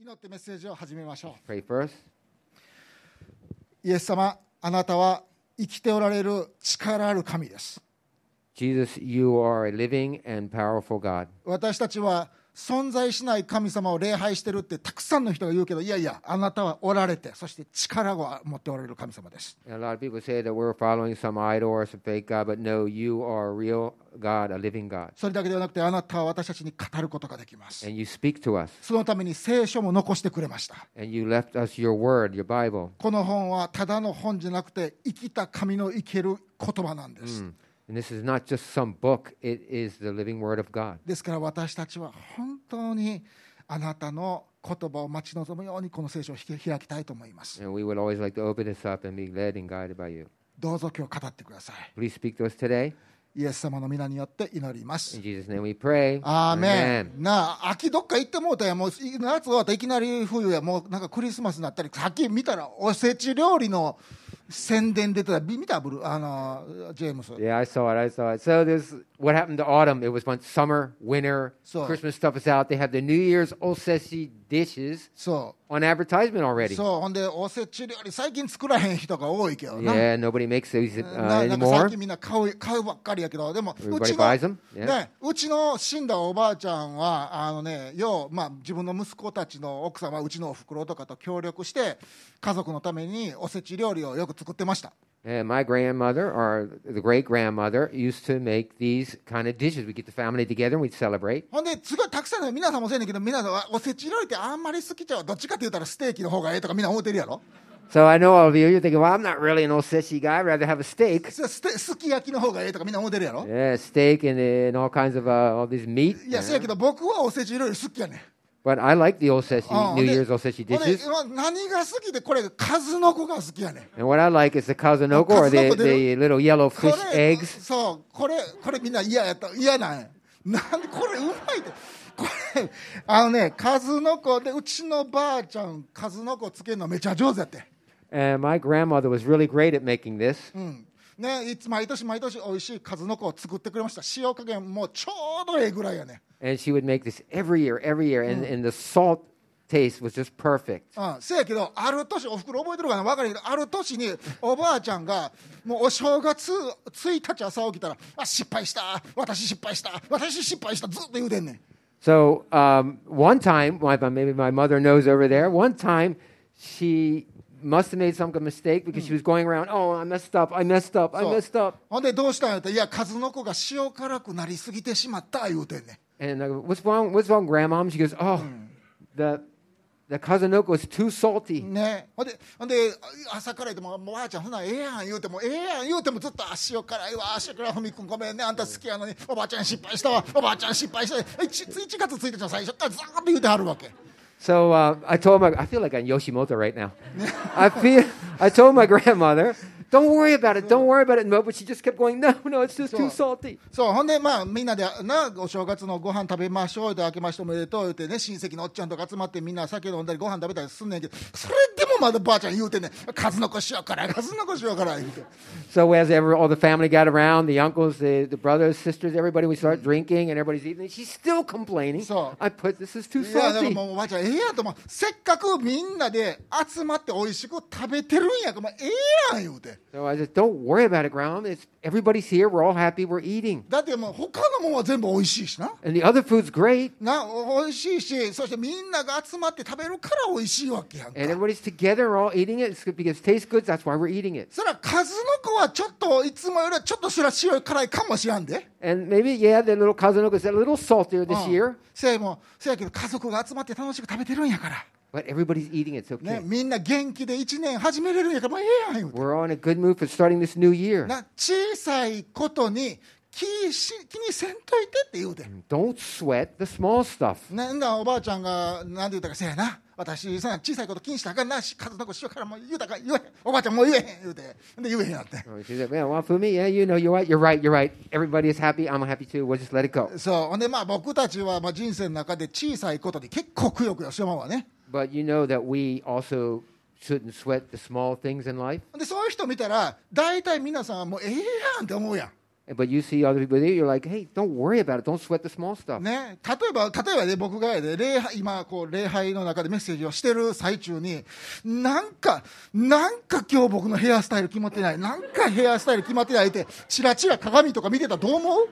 祈ってメッセージを始めましょう Pray first. イエス様あなたは生きておられる力ある神です Jesus, you are a living and powerful God. 私たちは存在しない神様を礼拝してるってたくさんの人が言うけどいやいやあなたはおられてそして力を持っておられる神様です And a lot of people say that we're following some idol or some fake God, but no, you are a real God, a living God. それだけではなくてあなたは私たちに語ることができます And you speak to us, そのために聖書も残してくれました and you left us your word, your Bible. この本はただの本じゃなくて生きた神の生ける言葉なんです、 And this is not just some book, it is the living word of God. ですから私たちは本当にあなたの言葉を待ち望むようにこの聖書をひ開きたいと思います。 And we would always like to open this up and be led and guided by you. どうぞ今日語ってくださ Please speak to us today. い。イエス様の皆によって祈りま In す。 Jesus' name we pray. アーメン。なあ、秋どっか行ってもうたやん、もうい夏終わったらいきなり冬や、もうなんかクリスマスになったり、さっき見たらおせち料理の宣伝出てた、び見たブルあの、ジェームス。 Yeah, I saw it. I saw it. So this, what happened to autumn? It was once summer, winter, So- Christmas stuff is out. They have the New Year's Osesi dishes そ on advertisement う。 already. そう、ほんで、おせち料理、最近作らへん人が多いけどな。 yeah, nobody makes these uh, ななんか最 anymore. 近みんな買う買うばっかりやけど、でも、う Everybody ち buys them? の、 Yeah. ね、うちの死んだおばあちゃんは、あのね、よう、まあ、自分の息子たちの奥様、うちのおふくろとかと協力して、家族のためにおせち料理をよく作ってました。 And my grandmother or the great grandmother used to make these kind of dishes. We get the family together and we'd celebrate. ほんで、すごいたくさんの、皆さんもそうやねんけど、皆さんはおせち料理ってあんまり好きちゃう。どっちかって言ったらステーキの方がええとかみんな思ってるやろ So I know all of you, you're thinking, well, I'm not really an Osesi guy. I'd rather have a steak. すステすき焼きの方がええとかみんな思ってるやろ Yeah, steak and, and all kinds of uh, all this meat. いや、そうやけど僕はおせち料理好きやねん。 But I like Oh, the うん Osesi, New で Year's Osesi ほんで dishes. まあ何が好きで、これ、数の子が好きやねん。 And what I like is the kazunoko or the, Kazunoko, they- the little yellow こ fish れ eggs. そうこれこれみんな嫌やった嫌なんやなんでこれうまいってこれあのね数の子でうちのばあちゃん数の子つけるのめちゃ上手やって、 And my grandmother was really great at making this. うんね、いつ毎年毎年美味しい数の子を作ってくれました塩加減もちょうどええぐらいやね、 And she would make this every year, every year. And, and the salt taste was just perfect. うん、せやけどある年おふくろ覚えてるかな分かるけどある年におばあちゃんがもうお正月1日朝起きたら「あ失敗した私失敗した私失敗した」ずっと言うてんねん。 So um, one time, my, my- maybe my mother knows over there, one time she must have made some kind of mistake because she was going around, oh, I messed up, I messed up, I そう messed up. ほんでどうしたんやったら「いや数の子が塩辛くなりすぎてしまった」言うてんね And I go, what's wrong, what's wrong, grandma? And she goes, oh, the, the kazunoko was too salty. んねほんでほんであ朝から言っても「もうばあちゃんほなええやん」言うても「ええやん」言うてもずっとあ「塩辛いわ塩辛いふみくんごめんねあんた好きやのにおばあちゃん失敗したわおばあちゃん失敗した 1, 1月1日の最初からずーっと言うてはるわけ So uh, I told my, I feel like I'm Yoshimoto right now. I feel, I told my grandmother, don't worry about it, don't worry about it. No, but she just kept going, no, no, it's just too salty. そうほんでまあみんなでなお正月のご飯食べましょうで明けましておめでとう言うてね親戚のおっちゃんとか集まってみんな酒飲んだりご飯食べたりすんねんけどそれでもまだばあちゃん言うてんねん数の子塩辛い数の子塩辛い言うて。 So as ever, all the family got around, the uncles, the, the brothers, sisters, everybody, we start drinking and everybody's eating. She's still complaining. So- I put, this is too いやだから salty. もうおばあちゃんええやんともうせっかくみんなで集まって美味しく食べてるんやからもうええやん言うて So I said, don't worry about it, grandma. It's, everybody's here. We're all happy. We're eating. だってもう他のもんは全部美味しいしな And the other food's great. なお美味しいしそしてみんなが集まって食べるから美味しいわけやんか And everybody's together. We're all eating it. It's good because it tastes good. That's why we're eating it. そら数の子はちょっといつもよりはちょっとすら塩辛いかもしらんで And maybe, yeah, the little kazunoko is a little saltier this うん year. せやもせやけど家族が集まって楽しく食べてるんやから、 But everybody's eating it. It's okay. ね、みんな元気で1年始めれるんやからもうええやん言うて We're all in a good mood for starting this new year. な小さいことに気し気にせんといてって言うて Don't sweat the small stuff. なんだおばあちゃんがなんて言ったかせやな私さ小さいこと気にしたらあかんなし数の子しようからもう言うたから言えへんおばあちゃんもう言えへん言うてで言えへんやって Oh, She said, "Yeah, well, for me, yeah, you know, you're right, you're right, you're right. Everybody is happy. I'm happy too. We'll just let it go." そうほんでまあ僕たちはまあ人生の中で小さいことに結構くよくよしてまうわね But you know that we also shouldn't sweat the small things in life. ほんでそういう人見たら大体皆さんはもうええやんって思うやん But you see other people, you're like, hey, don't worry about it. Don't sweat the small stuff. ね、例えば、例えばね、僕がやで、礼拝、今、こう、礼拝の中でメッセージをしてる最中に、なんか、なんか今日僕のヘアスタイル決まってない、なんかヘアスタイル決まってないって、チラチラ鏡とか見てたらどう思う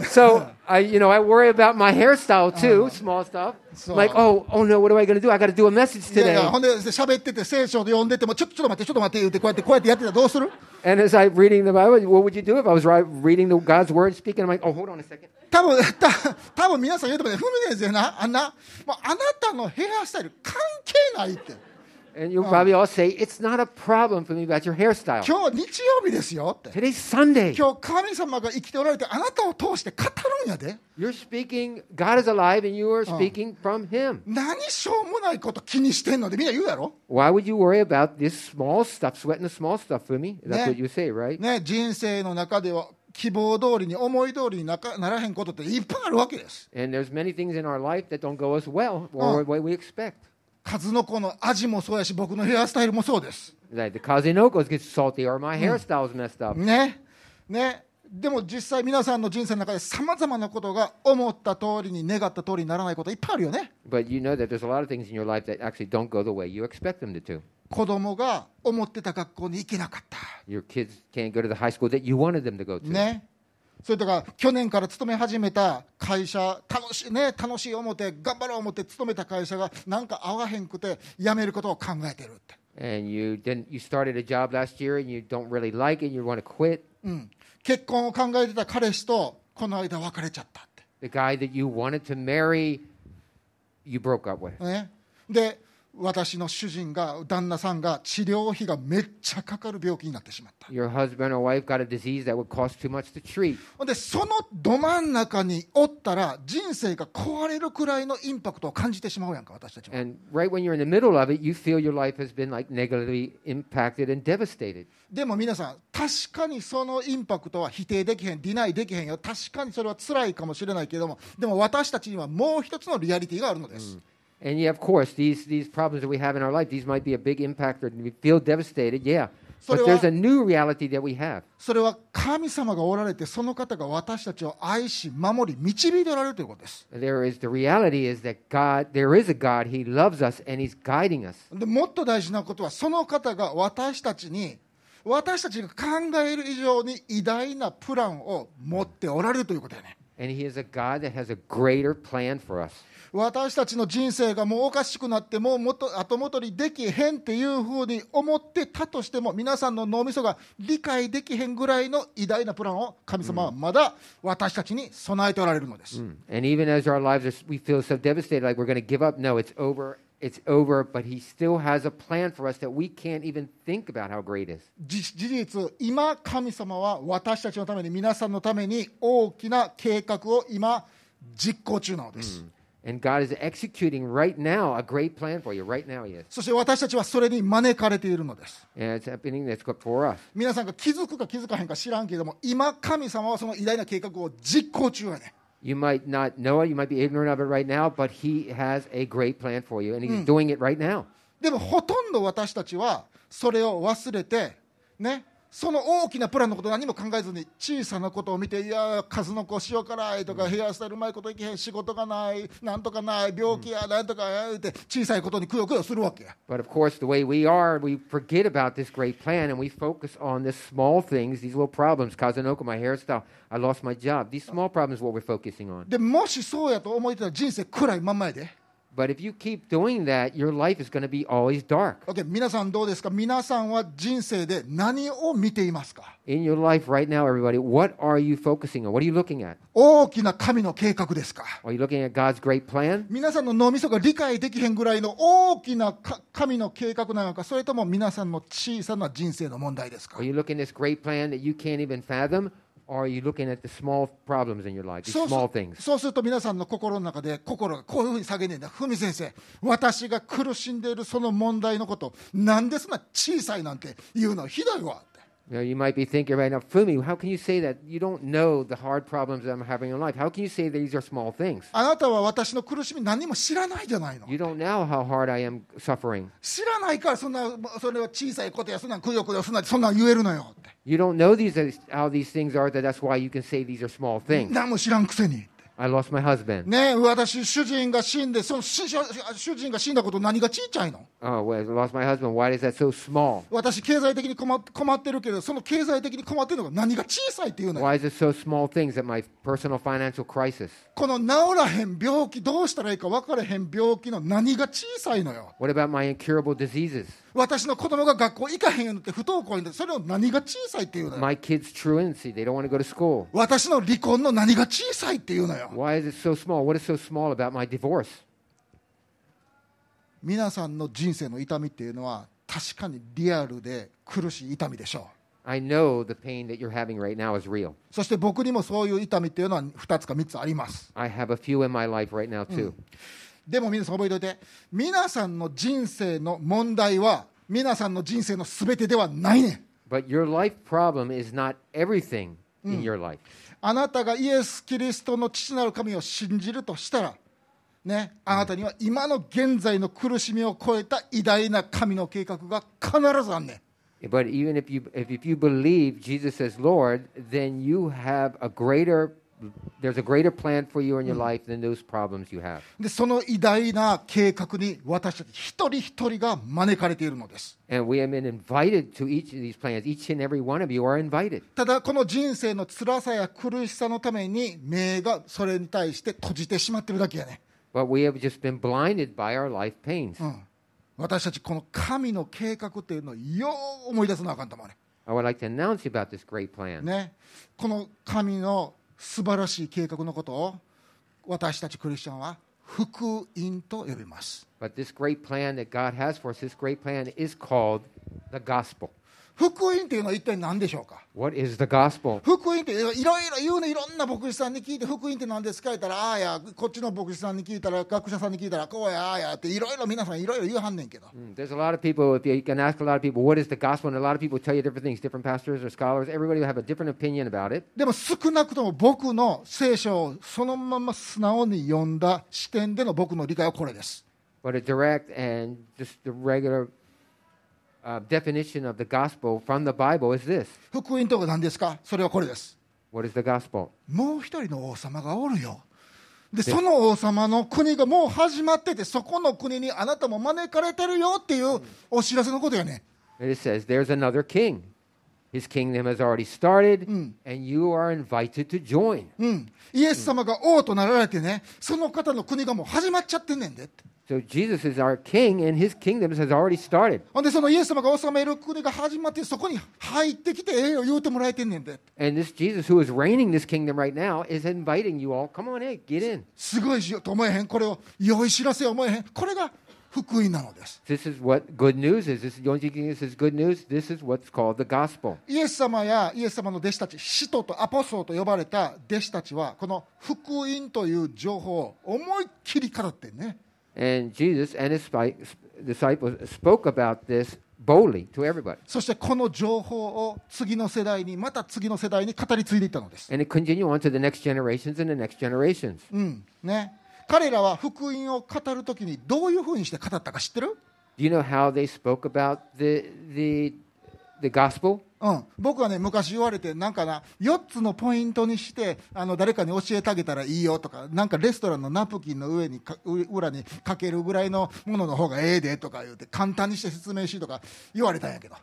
So I, you know, I worry about my hairstyle too, small stuff. So- like, oh, oh no, what am I going to do? I got to do a message いやい today. や、ほんで、喋ってて、聖書で読んでても、ちょっとちょっと待って、ちょっと待って、言って、こうやって、こうやってやってたらどうする And as I'm reading the Bible, what would you do if I was ri- reading the God's word, speaking? I'm like, oh, hold on a second. 多分た多分皆さん言うと思うね、フミネーズやな、あんな、もうあなたのヘアスタイル関係ないって。 And Oh. you'll probably all say, it's not a problem for me about your hairstyle. 今日日曜日ですよって。 Today's Sunday. 今日神様が生きておられて、あなたを通して語るんやで。 You're speaking, God is alive, and you are Oh. speaking from Him. 何しょうもないこと気にしてんのでみんな言うやろ、 Why would you worry about this small stuff, sweating the small stuff for me? That's Yeah. what you say, right? ね、人生の中では希望通りに思い通りになかならへんことっていっぱいあるわけです And there's many things in our life that don't go as well or Oh. what we expect. 数の子の味もそうやし僕のヘアスタイルもそうです、 Like the Kazinokos get salty or Mm. my hairstyle's messed up. ねね、でも実際皆さんの人生の中でさまざまなことが思った通りに願った通りにならないこといっぱいあるよね But you know that there's a lot of things in your life that actually don't go the way you expect them to do. 子供が思ってた学校に行けなかった、 Your kids can't go to the high school that you wanted them to go to. ね、それとか去年から勤め始めた会社楽し,、ね、楽しい思って頑張ろう思って勤めた会社がなんか合わへんくて辞めることを考えてるって、 And you didn't you started a job last year and you don't really like it, you want to quit. うん、結婚を考えてた彼氏とこの間別れちゃったっ The guy that you wanted to marry, you broke up with. て、ね、で私の主人が旦那さんが治療費がめっちゃかかる病気になってしまった。 Your husband or wife got a disease that would cost too much to treat. ほんでそのど真ん中におったら人生が壊れるくらいのインパクトを感じてしまうやんか私たちも And right when you're in the middle of it, you feel your life has been like negatively impacted and devastated. でも皆さん、確かにそのインパクトは否定できへん、ディナイできへんよ、確かにそれは辛いかもしれないけれども、でも私たちにはもう一つのリアリティがあるのです。 And yeah, of course, these, these problems that we have in our life, these might be a big impact or we feel devastated, yeah. So But do there's I- a new reality that we have. それは神様がおられて、その方が私たちを愛し、守り、導いておられるということです。 There is the reality is that God, there is a God, He loves us and He's guiding us. でもっと大事なことは、その方が私たちに、私たちが考える以上に偉大なプランを持っておられるということやね。 And He is a God that has a greater plan for us. 私たちの人生がもうおかしくなってもう元後戻りできへんっていうふうに思ってたとしても皆さんの脳みそが理解できへんぐらいの偉大なプランを神様はまだ私たちに備えておられるのです、 And even as our lives are, we feel so devastated, like we're going to give up. No, it's over. It's over. But He still has a plan for us that we can't even think about how great is. じ事実今神様は私たちのために皆さんのために大きな計画を今実行中なのです、 And God is executing right now a great plan for you. Right now, He is. そして私たちはそれに招かれているのです。 And it's happening that's good for us. 皆さんが気づくか気づかへんか知らんけれども、今、神様はその偉大な計画を実行中やねん。 You might not know it. You might be ignorant of it right now. But He has a great plan for you. And He's doing it right now. でもほとんど私たちはそれを忘れて、ね、その大きなプランのこと何も考えずに小さなことを見ていやー数の子しようからいとかヘアスタイルうまいこといけへん仕事がないなんとかない病気やなんとかやって小さいことにくよくよするわけや But of course, the way we are, we forget about this great plan and we focus on the small things, these little problems. Kazunoko, my hairstyle, I lost my job. These small problems is what we're focusing on. でもしそうやと思えてたら人生暗いまんまやで But if you keep doing that, your life is going to be always dark. OK 皆さんどうですか皆さんは人生で何を見ていますか In your life right now, everybody, what are you focusing on? What are you looking at? 大きな神の計画ですか Are you looking at God's great plan? 皆さんの脳みそが理解できへんぐらいの大きなか神の計画なのか、それとも皆さんの小さな人生の問題ですか Are you looking at this great plan that you can't even fathom? Or are you looking at the small problems in your life, these そうす small things? そうすると皆さんの心の中で心がこういうふうに下げねえんだ、ふみ先生、私が苦しんでいるその問題のこと、なんでそんな小さいなんて言うのひどいわって。 You, know, you might be thinking right now, Fumi, how can you say that? You don't know the hard problems that I'm having in life. How can you say these are small things? あなたは私の苦しみ何も知らないじゃないの You don't know how hard I am suffering. 知らないからそんなそれは小さいことやそんなんくよくよすんなそんなん言えるのよって You don't know these uh, how these things are. That that's why you can say these are small things. 何も知らんくせにって I lost my husband. ねえ私主人が死んでそのしし主人が死んだこと何がちっちゃいの Oh, well, I lost my husband. Why is that so small? 私経済的に困っ困ってるけどその経済的に困ってるのが何が小さいっていうのよ Why is it so small things that my personal financial crisis? この治らへん病気どうしたらいいか分からへん病気の何が小さいのよ What about my incurable diseases? 私の子供が学校行かへんようになって不登校になってそれを何が小さいっていうのよ My kids' truancy. They don't want to go to school. 私の離婚の何が小さいっていうのよ Why is it so small? What is so small about my divorce? 皆さんの人生の痛みっていうのは確かにリアルで苦しい痛みでしょ I know the pain that you're having right now is real. うそして僕にもそういう痛みっていうのは2つか3つあります I have a few in my life right now too. でも皆さん覚えておいて皆さんの人生の問題は皆さんの人生のすべてではないねん But your life problem is not everything in your life. あなたがイエス・キリストの父なる神を信じるとしたらね、あなたには今の現在の苦しみを超えた偉大な神の計画が必ずあんねん But even if you if, if you believe Jesus as Lord, then you have a greater there's a greater plan for you in your life than those problems you have. でその偉大な計画に私たち一人一人が招かれているのです And we have been invited to each of these plans. Each and every one of you are invited. ただこの人生の辛さや苦しさのために目がそれに対して閉じてしまってるだけやね、 But we have just been blinded by our life pains. うん、私たちこの神の計画っていうのをよう思い出さなあかんと思うね I would like to announce you about this great plan. ねこの神の素晴らしい計画のことを私たちクリスチャンは福音と呼びます But this great plan that God has for us, this great plan is called the gospel. 福音っていうのは一体何でしょうか What is the gospel? 福音っていろいろ言うねいろんな牧師さんに聞いて福音って何ですか言ったらああやこっちの牧師さんに聞いたら学者さんに聞いたらこうやああやっていろいろ皆さんいろいろ言うはんねんけど Mm, There's a lot of people, if you you can ask a lot of people, what is the gospel? And a lot of people tell you different things, different pastors or scholars. Everybody will have a different opinion about it. でも少なくとも僕の聖書をそのまま素直に読んだ視点での僕の理解はこれです。 But a direct and just the regular uh, definition of the gospel from the Bible is this. 福音とは何ですかそれはこれです。 What is the gospel? もう一人の王様がおるよ。で、その王様の国がもう始まってて、そこの国にあなたも招かれてるよっていうお知らせのことやね。 And it says, there's another king. His kingdom has already started, and you are invited to join. うん。イエス様が王となられてね、その方の国がもう始まっちゃってんねんでって。 So Jesus is our king, and his kingdom has already started. ほんで、そのイエス様が治める国が始まって、そこに入ってきて、ええよ言うてもらえてんねんでって。 And this Jesus who is reigning this kingdom right now is inviting you all. Come on in, get in. すごいしよと思えへん、これを良い知らせ思えへん、これが福音なのです。 This is what good news is. This, don't you think this is good news? This is what's called the gospel. イエス様やイエス様の弟子たち、使徒とアポストルと呼ばれた弟子たちは、この福音という情報を思いっきり語ってね、 And Jesus and his spi- disciples spoke about this boldly to everybody. そしてこの情報を次の世代に、また次の世代に語り継いでいったのです。 And it continued on to the next generations and the next generations. うんね、彼らは福音を語るときに、どういうふうにして語ったか知ってる、 Do you know how they spoke about the, the, the gospel? うん、僕はね、昔言われて、なんかな、4つのポイントにして、あの誰かに教えてあげたらいいよとか、なんかレストランのナプキンの上にか、う裏にかけるぐらいのものの方がええでとか言うて、簡単にして説明しとか言われたんやけど、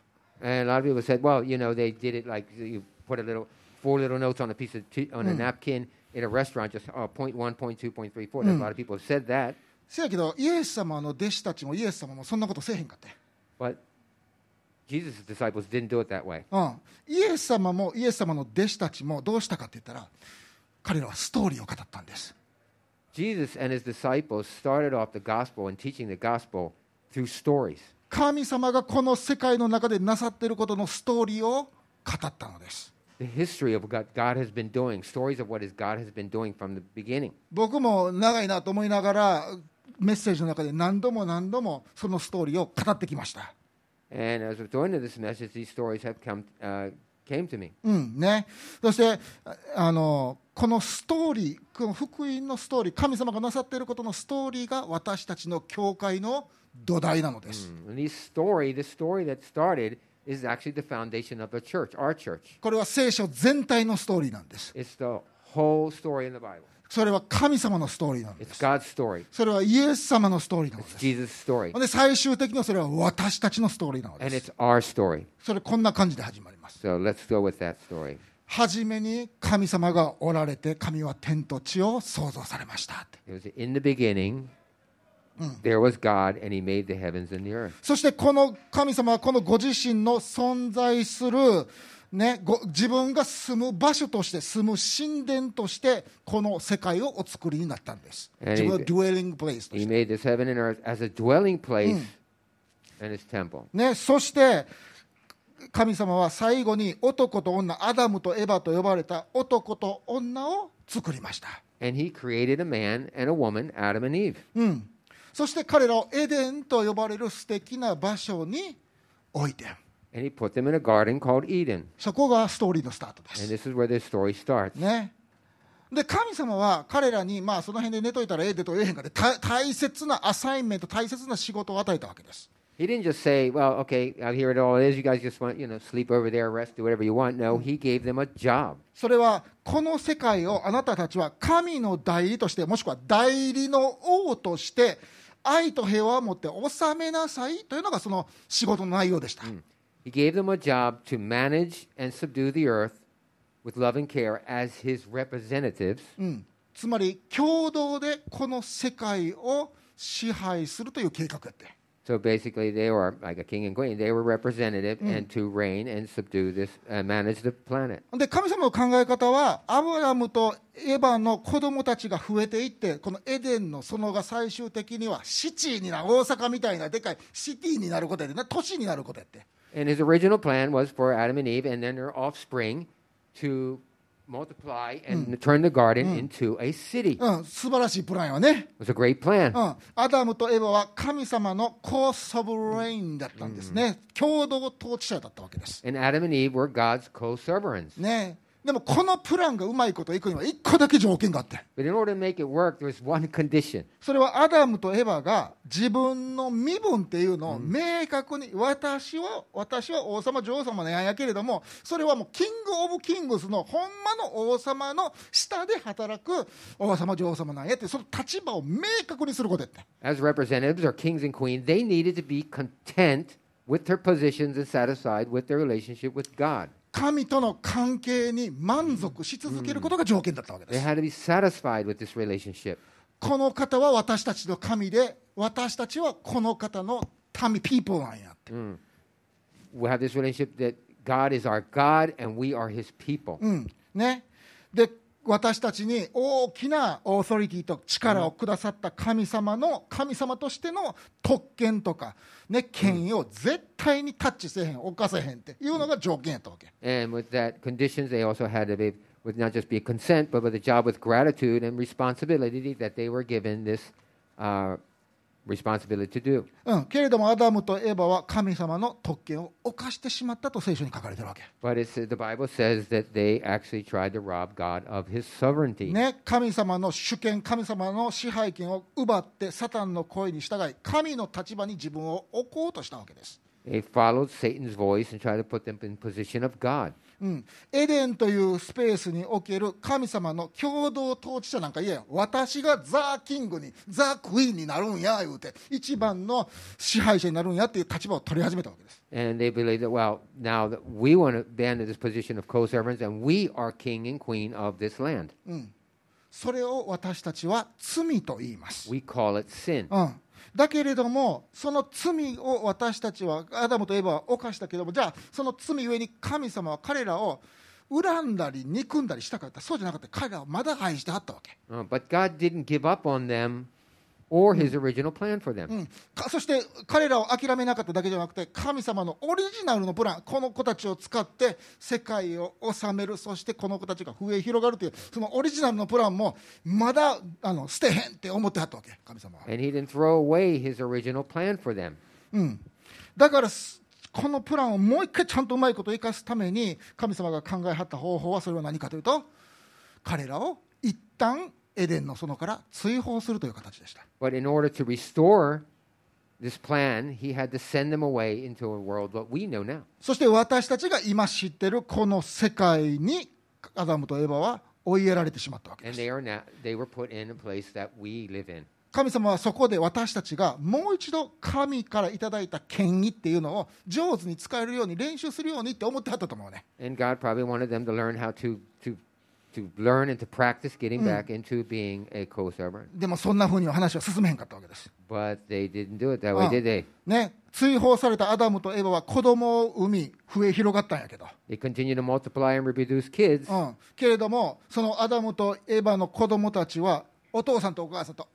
And a lot of people said, well, you know, they did it like you put a little, four little notes on a piece of, t- on a napkin in a restaurant, just uh, point one, point two, point three, four. There's A lot of people have said that, せやけど、イエス様の弟子たちもイエス様もそんなことせえへんかって、 but Jesus' disciples didn't do it that way. うん、イエス様もイエス様の弟子たちもどうしたかって言ったら、彼らはストーリーを語ったんです。 Jesus and his disciples started off the gospel and teaching the gospel through stories. 神様がこの世界の中でなさっていることのストーリーを語ったのです。 The history of what God has been doing, stories of what is God has been doing from the beginning. 僕も長いなと思いながらメッセージの中で何度も何度もそのストーリーを語ってきました And as we're doing this message, these stories have come uh, came to me. うんね、そしてああのこのストーリーこの福音のストーリー神様がなさっていることのストーリーが私たちの教会の土台なのです、 And this story, this story that started, is actually the foundation of a church, our church. これは聖書全体のストーリーなんです。 It's the whole story in the Bible. それは神様のストーリーなんで It's す。 God's story. それはイエス様のストーリーなのです。 Jesus' story. ほんで最終的にはそれは私たちのストーリーなの And です。 it's our story. それこんな感じで始まります。 So let's go with that story. はじめに神様がおられて神は天と地を創造されましたって。 It was in the beginning, there was God, and He made the heavens and the earth. そしてこの神様はこのご自身の存在する、ね、ご自分が住む場所として住む神殿としてこの世界をお作りになったんです。えー自分はデュエリングプレイスとして He made this heaven and earth as a dwelling place and His temple. ね、そして神様は最後に男と女アダムとエヴァと呼ばれた男と女を作りました、 And He created a man and a woman, Adam and Eve. うん、そして彼らをエデンと呼ばれる素敵な場所に置いて And He put them in a garden called Eden. そこがストーリーのスタートで And す、 this is where this story starts. ね、で神様は彼らに、まあ、その辺で寝といたらええでと言えへんかでた大切なアサインメント大切な仕事を与えたわけです He didn't just say, well, okay, out here it all is. You guys just want, you know, sleep over there, rest, do whatever you want. No, He gave them a job. それはこの世界をあなたたちは神の代理としてもしくは代理の王として愛と平和を持って治めなさいというのがその仕事の内容でした、 He gave them a job to manage and subdue the earth with love and care as His representatives. うんつまり共同でこの世界を支配するという計画やって So basically, they were like a king and queen. They were representative and to reign and subdue this, uh, manage the planet. で神様の考え方はアブラムとエヴァの子供たちが増えていってこのエデンの園が最終的にはシティになる大阪みたいなでかいシティになることやでな都市になることやって。 And his original plan was for Adam and Eve and then their offspring to multiply and turn the garden into a city. It うん、素晴らしいプランはね、 was a great plan. うん、アダムとエヴァは神様のコース・オブ・レインだったんですね、共同統治者だったわけです、 And Adam and Eve were God's co sovereigns. ね、でもこのプランがうまいこといくには1個だけ条件があって、 But in order to make it work, there was one condition それはアダムとエヴァが自分の身分っていうのを明確に、私は私は王様、女王様なんやけれども、それはもうキング・オブ・キングスのほんまの王様の下で働く王様、女王様なんやって、その立場を明確にすることやって。 as representatives or kings and queens, they needed to be content with their positions and satisfied with their relationship with God. 神との関係に満足し続けることが条件だったわけで They す、 had to be satisfied with this relationship. この方は私たちの神で私たちはこの方の民ピープルなんやって、 We have this relationship that God is our God and we are his people. うんね、で私たちに大きなオーソリティと力をくださった神様の神様としての特権とか、ね、権威を絶対にタッチせえへん犯せへんっていうのが条件やったわけ And with that conditions, they also had to be with not just be consent, but with a job with gratitude and responsibility that they were given this uh, responsibility to do. うん、けれどもアダムとエヴァは神様の特権を犯してしまったと聖書に書かれてるわけ But it's, the Bible says that they actually tried to rob God of his sovereignty. ね、神様の主権、神様の支配権を奪って、サタンの声に従い、神の立場に自分を置こうとしたわけです。 They followed Satan's voice and tried to put them in position of God. うん、エデンというスペースにおける神様の共同統治者なんか言えん私がザ・キングにザ・クイーンになるんや言うて一番の支配者になるんやっていう立場を取り始めたわけです And they believe that, well, now that we want to abandon this position of co servants and we are king and queen of this land. それを私たちは罪と言います We call it sin. うん、だけれども、その罪を私たちは、アダムとエヴァは犯したけれども、じゃあ、その罪ゆえに神様は彼らを恨んだり、憎んだりしたかった、そうじゃなくて、彼らをまだ愛してあったわけ、 Uh, but God didn't give up on them or his original plan for them. うんかそして彼らを諦めなかっただけじゃなくて、神様のオリジナルのプラン、この子たちを使って世界を治める、そしてこの子たちが増え広がるという、そのオリジナルのプランも、まだあの捨てへんって思ってはったわけ、神様は。 And he didn't throw away his original plan for them. うん、だからすこのプランをもう一回ちゃんとうまいこと生かすために神様が考えはった方法はそれは何かというと彼らを一旦エデンの園から追放するという形でした But in order to restore this plan, he had to send them away into a world that we know now. そして私たちが今知っているこの世界にアダムとエヴァは追いやられてしまったわけで And す they are now they were put in a place that we live in. 神様はそこで私たちがもう一度神からいただいた権威っていうのを上手に使えるように練習するようにって思ってはったと思うね And God probably wanted them to learn how to to to learn and to practice getting back into being a co-sovereign. でもそんなふうには話は進めへんかったわけです、 But they didn't do it that う way, ん did they? ね、追放されたアダムとエヴァは子供を産み増え広がったんやけど、 They continued to multiply and reproduce kids, うん、けれどもそのアダムとエヴァの子供たちはお父さんとお母さんと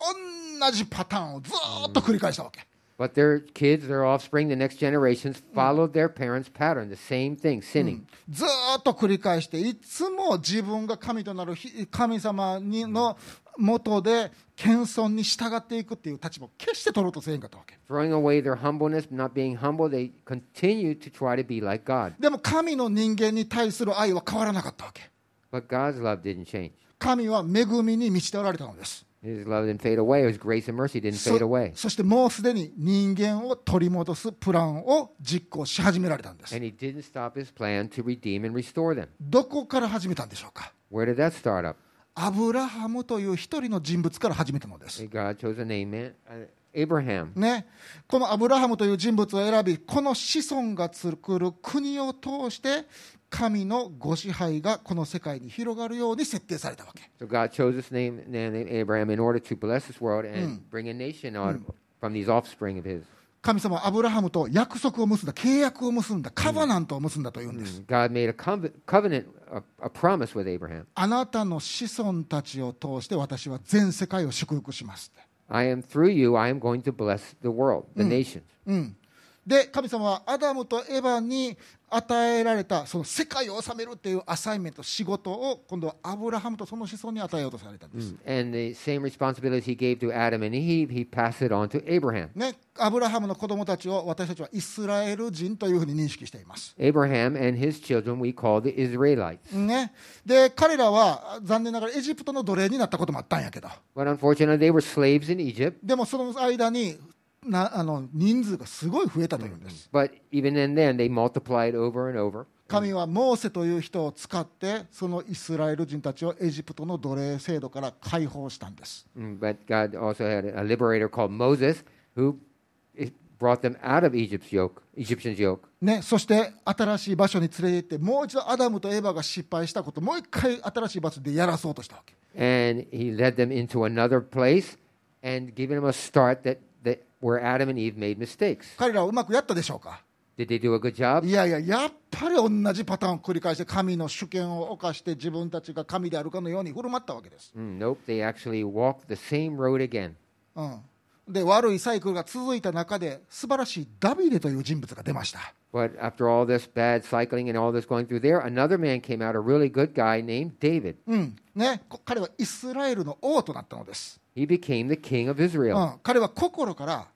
同じパターンをずーっと繰り返したわけ、 but their kids, their offspring, the next generations followed their parents' pattern, the same thing, sinning. ずーっと繰り返していつも自分が神となる日神様にのもとで謙遜に従っていくっていう立場を決して取ろうとせえへんかったわけ throwing away their humbleness, not being humble, they continue to try to be like God. でも神の人間に対する愛は変わらなかったわけ But God's love didn't change. 神は恵みに満ちておられたのです His love didn't fade away. His grace and mercy didn't そ fade away. そしてもうすでに人間を取り戻すプランを実行し始められたんです And he didn't stop his plan to redeem and restore them. どこから始めたんでしょうか Where did that start up? アブラハムという一人の人物から始めたのです、 God chose a name, man, uh, Abraham. ね、このアブラハムという人物を選びこの子孫が作る国を通して神のご支配がこの世界に広がるように設定されたわけ So God chose this name, name Abraham, in order to bless this world and bring a nation on from these offspring of his. 神様はアブラハムと約束を結んだ契約を結んだカバナントを結んだというんです、 God made a conv- covenant, a, a promise with Abraham. あなたの子孫たちを通して私は全世界を祝福しますって I am through you. I am going to bless the world, the nations. うん、で神様はアダムとエヴァに与えられたその世界を治めるっていうアサインメント仕事を今度はアブラハムとその子孫に与えようとされたんです、 And the same responsibilities he gave to Adam and Eve, he passed it on to Abraham. ね、アブラハムの子供たちを私たちはイスラエル人というふうに認識しています、 Abraham and his children we call the Israelites. ね、で彼らは残念ながらエジプトの奴隷になったこともあったんやけど But unfortunately, they were slaves in Egypt. でもその間になあの人数がすごい増えたというんです、 But even then, then they multiplied over and over. 神はモーセという人を使ってそのイスラエル人たちをエジプトの奴隷制度から解放したんです、 Mm, But God also had a liberator called Moses who i- brought them out of Egypt's yoke, Egyptian's yoke. ね、そして新しい場所に連れて行ってもう一度アダムとエヴァが失敗したこともう一回新しい場所でやらそうとしたわけ And he led them into another place and giving them a start that, that where Adam and Eve made mistakes. 彼らはうまくやったでしょうか Did they do a good job? いやいややっぱり同じパターンを繰り返して神の主権を犯して自分たちが神であるかのように振る舞ったわけです、 Mm, nope, they actually walked the same road again. うん、で悪いサイクルが続いた中で素晴らしいダビデという人物が出ました、 But after all this bad cycling and all this going through there, another man came out, a really good guy named David. うんね、こ彼はイスラエルの王となったのです、 He became the king of う Israel. ん、彼は心から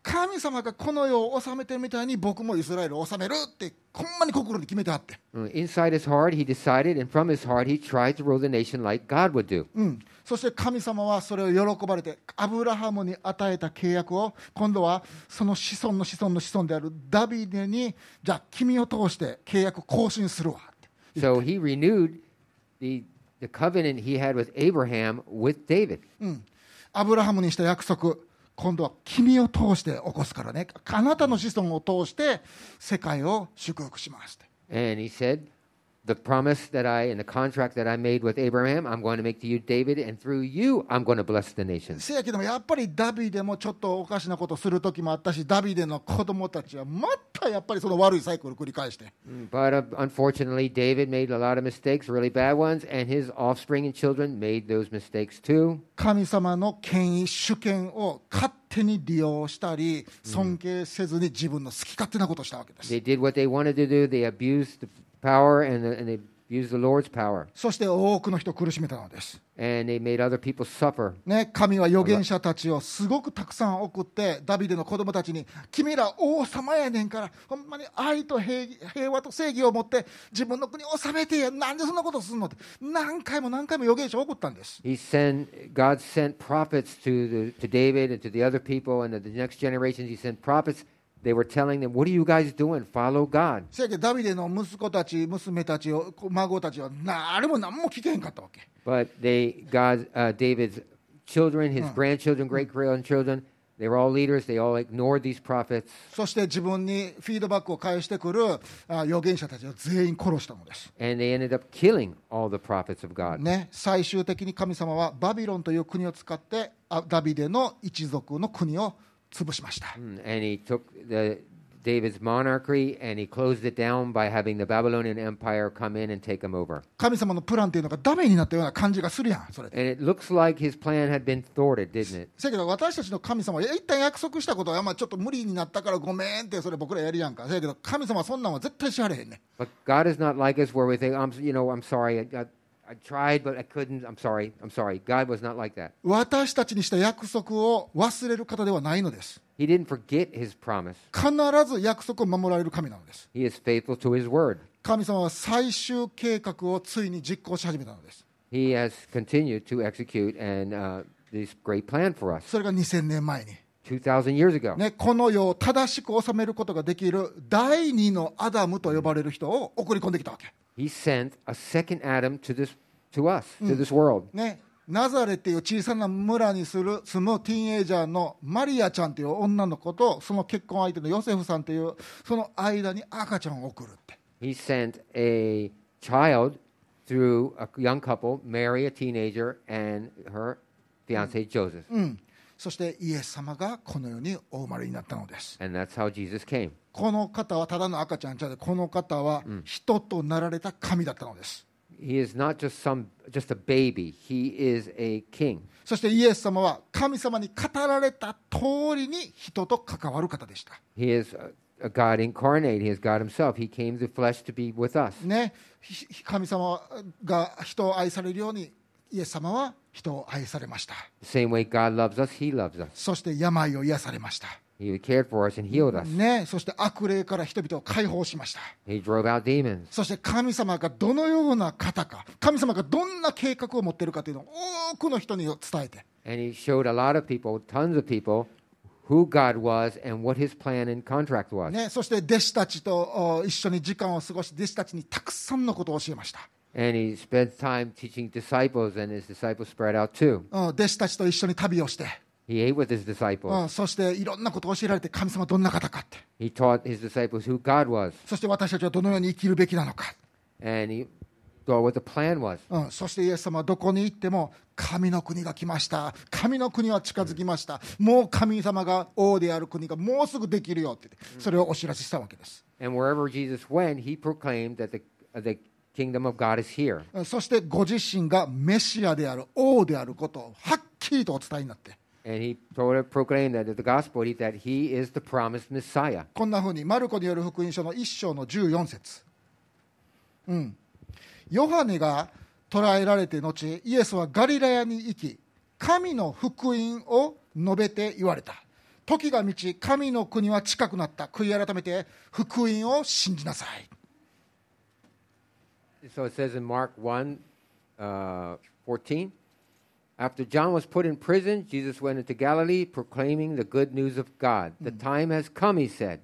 神様がこの世を治めてるみたいに僕もイスラエルを治めるってほんまに心に決めてはって、 Mm, Inside his heart, he decided, and from his heart, he tried to rule the nation like God would do. うん、そして神様はそれを喜ばれてアブラハムに与えた契約を今度はその子孫の子孫の子孫であるダビデにじゃあ君を通して契約更新するわって、 So he renewed the, the covenant he had with Abraham with David. うん、アブラハムにした約束今度は君を通して起こすからねあなたの子孫を通して世界を祝福しますって。 And he said, The promise that I and the contract that I made with Abraham, I'm going to make to you, David, and through you, I'm going to bless the nations. せやけどもやっぱりダビデもちょっとおかしなことする時もあったしダビデの子供たちはまたやっぱりその悪いサイクルを繰り返して、 But uh, unfortunately, David made a lot of mistakes, really bad ones, and his offspring and children made those mistakes too. 神様の権威、主権を勝手に利用したり、尊敬せずに自分の好き勝手なことをしたわけです。 They did what they wanted to do. They abused the power and, the, and they used the Lord's power, そして多くの人を苦しめたのです、 and they made other people suffer. ね、神は預言者たちをすごくたくさん送ってダビデの子供たちに「君ら王様やねんからほんまに愛と平平和と正義を持って自分の国を治めてやなんでそんなことするの?」って何回も何回も預言者を送ったんです He sent God sent prophets to the, to David and to the other people and to the next generations. He sent prophets. They were telling them, "What are you guys doing? Follow God." せやけどダビデの息子たち娘たちを孫たちは誰も何も聞けへんかったわけ But they, God, uh, David's children, his grandchildren, great grandchildren, they were all leaders. They all ignored these prophets, そして自分にフィードバックを返してくるあ預言者たちを全員殺したのです、 and they ended up killing all the prophets of God. ね、最終的に神様はバビロンという国を使ってあダビデの一族の国を潰しました、 And he took the David's monarchy and he closed it down by having the Babylonian Empire come in and take him over. 神様のプランっていうのがダメになったような感じがするやんそれで And it looks like his plan had been thwarted, didn't it? せやけど私たちの神様は一旦約束したことは、まあ、ちょっと無理になったからごめんってそれ僕らやるやんかせやけど神様はそんなんは絶対しはれへんねん But God is not like us where we think, I'm, you know, I'm sorry, I, I, I tried, but I couldn't. I'm sorry, I'm sorry. God was not like that. 私たちにした約束を忘れる方ではないのです He didn't forget his promise. 必ず約束を守られる神なのです He is faithful to his word. 神様は最終計画をついに実行し始めたのです He has continued to execute and uh, this great plan for us. それが2000年前に、 2,000 years ago, ね、この世を正しく治めることができる第二のアダムと呼ばれる人を送り込んできたわけ、 he sent a second Adam to this, to us, to this world. ね、ナザレっていう小さな村にする住むティーンエイジャーのマリアちゃんという女の子とその結婚相手のヨセフさんというその間に赤ちゃんを送るって He sent a child through a young couple, Mary, a teenager, and her fiance Joseph, そしてイエス様がこの世にお生まれになったのです。 and that's how Jesus came. この方はただの赤ちゃんじゃなくてこの方は人となられた神だったのです。 He is not just some, just a baby. He is a king. そしてイエス様は神様に語られた通りに人と関わる方でした。 He is a, a God incarnate. He is God Himself. He came to flesh to be with us. ね、ひ神様が人を愛されるようにイエス様は人を愛されました。 The same way God loves us, He loves us. そして病を癒されました。 He cared for us and healed us. ね、そして悪霊から人々を解放しました。 He drove out demons. そして神様がどのような方か、神様がどんな計画を持っているかというのを多くの人に伝えて、 And he showed a lot of people, tons of people, who God was and what his plan and contract was. ね、そして弟子たちとお一緒に時間を過ごし、弟子たちにたくさんのことを教えました。 And he spent time teaching disciples, and his disciples spread out too. うん弟子たちと一緒に旅をして、 He ate with his う disciples. んそしていろんなことを教えられて、神様どんな方かって、 He taught his disciples who God was, そして私たちはどのように生きるべきなのか、 and he taught what the plan was. うんそしてイエス様はどこに行っても、神の国が来ました、神の国は近づきました、もう神様が王である国がもうすぐできるよって言って、それをお知らせしたわけです。 And wherever Jesus went, he proclaimed that the, uh, the kingdom of God is here. うんそしてご自身がメシアである王であることをはっきりとお伝えになって And he told, proclaimed that the gospel that he is the promised Messiah. こんなふうにマルコによる福音書の1章の14節うん、ヨハネが捕らえられて後イエスはガリラヤに行き神の福音を述べて言われた時が満ち神の国は近くなった悔い改めて福音を信じなさい So it says in Mark 1 uh, 14, after John was put in prison, Jesus went into Galilee proclaiming the good news of God. The time has come, he said.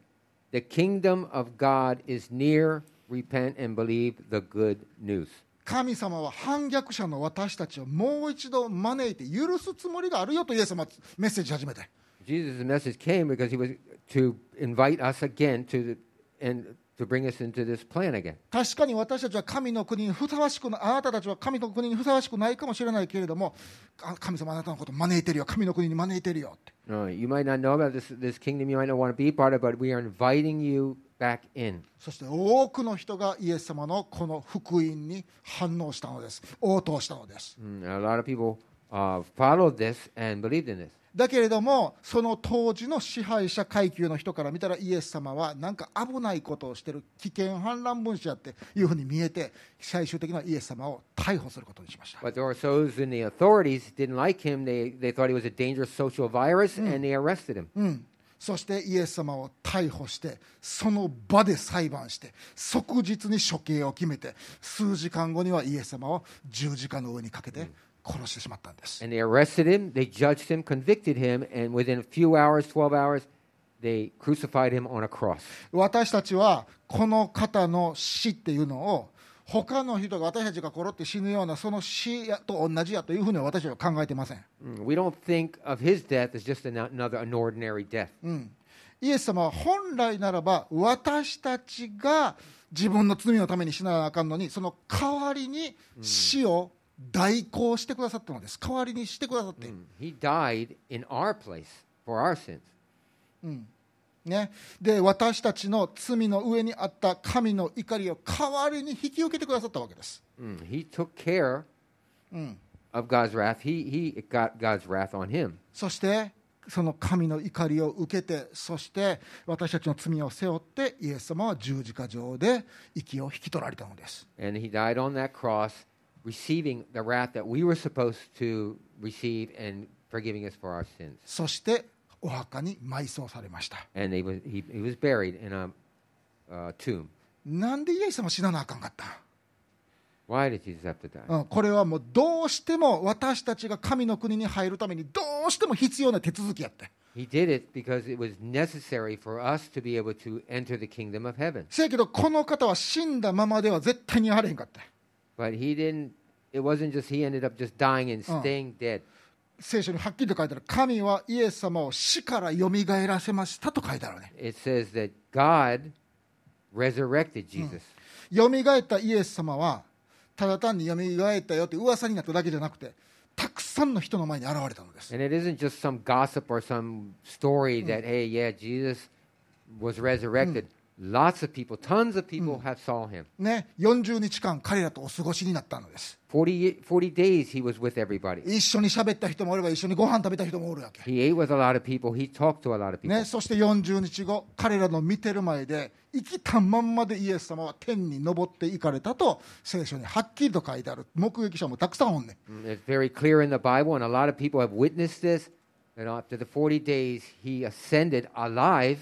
The kingdom of God is near. Repent and believe the good news. 神様は反逆者の私たちをもう一度招いて許すつもりがあるよとイエス様はメッセージ始めて Jesus' message came because he was to invite us again to the, and to bring us into this plan again. 確かに私たちは神の国にふさわしくなあなたたちは神の国にふさわしくないかもしれないけれどもあ神様あなたのこと招いてるよ神の国に招いてるよって No, you might not know about this, this kingdom, you might not want to be part of, but we are inviting you back in. そして多くの人がイエス様のこの福音に反応したのです応答したのです Mm, a lot of people uh, uh, followed this and believed in this. だけれどもその当時の支配者階級の人から見たらイエス様はなんか危ないことをしてる危険反乱分子やっていうふうに見えて最終的にはイエス様を逮捕することにしました But there were those in the authorities didn't like him. They, they thought he was a dangerous social virus and they arrested him. Hmm. そしてイエス様を逮捕してその場で裁判して即日に処刑を決めて数時間後にはイエス様を十字架の上にかけて殺してしまったんです、 And they arrested him, they judged him, convicted him, and within a few hours, 12 hours, they crucified him on a cross. 私たちはこの方の死っていうのを他の人が私たちが殺って死ぬようなその死やと同じやというふうには私は考えてません、 Mm, We don't think of his death as just an, another an ordinary death. うん、イエス様は本来ならば私たちが自分の罪のために死ななあかんのにその代わりに死を代行してくださったのです代わりにしてくださって、 Mm, He died in our place for our sins. ね、で私たちの罪の上にあった神の怒りを代わりに引き受けてくださったわけです、 Mm, He took care うん、 of God's wrath. He, he got God's wrath on him. そしてその神の怒りを受けてそして私たちの罪を背負ってイエス様は十字架上で息を引き取られたのです And he died on that cross, receiving the wrath that we were supposed to receive and forgiving us for our sins. そしてお墓に埋葬されました And they was, he, he was buried in a uh, tomb. なんでイエス様死ななあかんかった、 Why did Jesus have to die? うん、これはもうどうしても私たちが神の国に入るためにどうしても必要な手続きやって He did it because it was necessary for us to be able to enter the kingdom of heaven. せやけどこの方は死んだままでは絶対にやれへんかった But he didn't, it wasn't just he ended up just dying and Oh. staying dead. 聖書にはっきりと書いてある神はイエス様を死からよみがえらせましたと書いてあるね It says that God resurrected Jesus. よみがえったイエス様はただ単によみがえったよって噂になっただけじゃなくてたくさんの人の前に現れたのです And it isn't just some gossip or some story that, hey, yeah, Jesus was resurrected. Lots of people, tons of people have saw him. ね、40日間彼らとお過ごしになったのです 40, ye- 40 days he was with everybody. 一緒に喋った人もおれば一緒にご飯食べた人もおるわけ、 He ate with a lot of people. He talked to a lot of people. ね、そして40日後彼らの見てる前で生きたまんまでイエス様は天に昇っていかれたと聖書にはっきりと書いてある目撃者もたくさんおんねん Mm, It's very clear in the Bible, and a lot of people have witnessed this. That after the 40 days, he ascended alive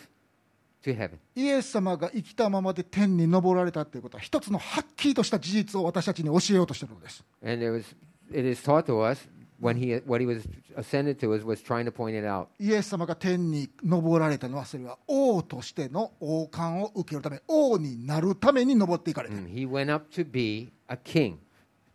to heaven. イエス様が生きたままで天に昇られたということは一つのはっきりとした事実を私たちに教えようとしているのです And there was, it is taught to us when he, what he was ascended to is was trying to point it out. イエス様が天に昇られたのはそれは王としての王冠を受けるため王になるために昇っていかれた、 Mm, He went up to be a king.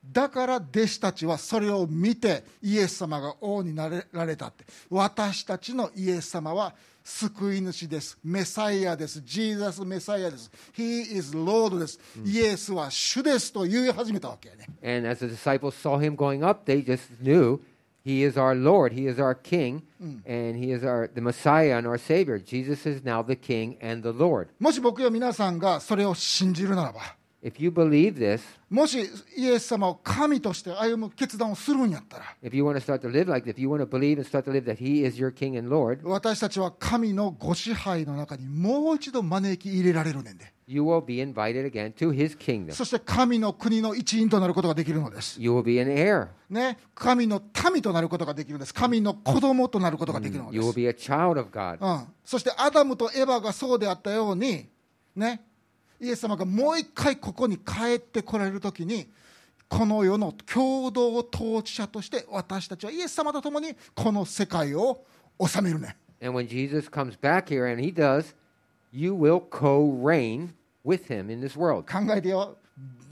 だから弟子たちはそれを見てイエス様が王になれられたって私たちのイエス様は救い主ですメサイアですジーザスメサイアです He is Lord です、イエスは主ですと言い始めたわけやね And as the disciples saw him going up, they just knew he is our Lord, he is our King, and he is our the Messiah and our Savior. Jesus is now the King and the Lord. もし僕や皆さんがそれを信じるならば If you believe this, もしイエス様を神として歩む決断をするんやったら if you want to start to live like that, if you want to believe and start to live that he is your King and Lord, 私たちは神のご支配の中にもう一度招き入れられるねんで you will be invited again to his kingdom. そして神の国の一員となることができるのです、 You will be an heir. ね、神の民となることができるんです神の子供となることができるので You will す、 be a child of God. うん、そしてアダムとエヴァがそうであったように、ね、イエス様がもう一回ここに帰ってこられるときにこの世の共同統治者として私たちはイエス様と共にこの世界を治めるねん And when Jesus comes back here, and he does, you will co reign with him in this world. 考えてよ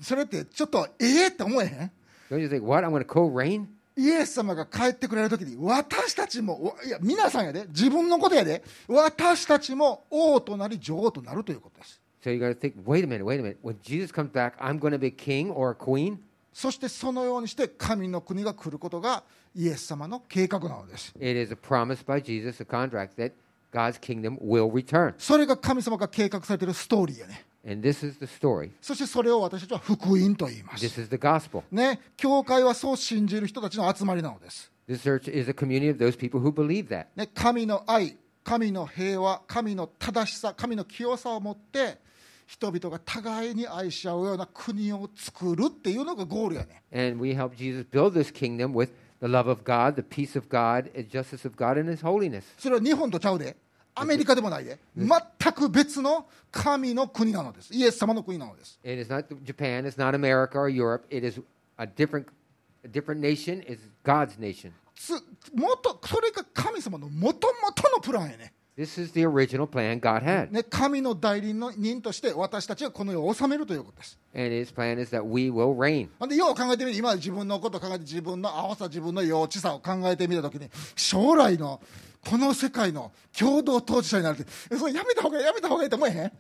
それってちょっとええって思えへん Don't you think, what? I'm going to co reign? イエス様が帰ってくれるときに私たちもわいや皆さんやで自分のことやで私たちも王となり女王となるということです So you got to think, wait a minute, wait a minute. When Jesus comes back, I'm going to be king or a queen. そしてそのようにして神の国が来ることがイエス様の計画なのです It is a promise by Jesus, a contract that God's kingdom will return. それが神様が計画されているストーリーやね And this is the story. そしてそれを私たちは福音と言います This is the gospel. ね教会はそう信じる人たちの集まりなのです This church is a community of those people who believe that. ね、神の愛、神の平和、神の正しさ、神の清さを持って、人々が互いに愛し合うような国を作るっていうのがゴールやね。 And we help Jesus build this kingdom with the love of God, the peace of God, and justice of God, and His holiness. それは日本とちゃうで、アメリカでもないで、全く別の神の国なのです。イエス様の国なのです。 It is not Japan, it's not America or Europe. It is a different, a different nation. It's God's nation. つ元それが神様のもともとのプランやね。 This is the original plan God had, ね、神の代理の人として私たちはこの世を治めるということです。 and His plan is that we will reign. ほんでよう考えてみる今自分のことを考えて自分の青さ自分の幼稚さを考えてみたときに将来のこの世界の共同当事者になるってえそれやめた方がいいやめた方がいいと思えへん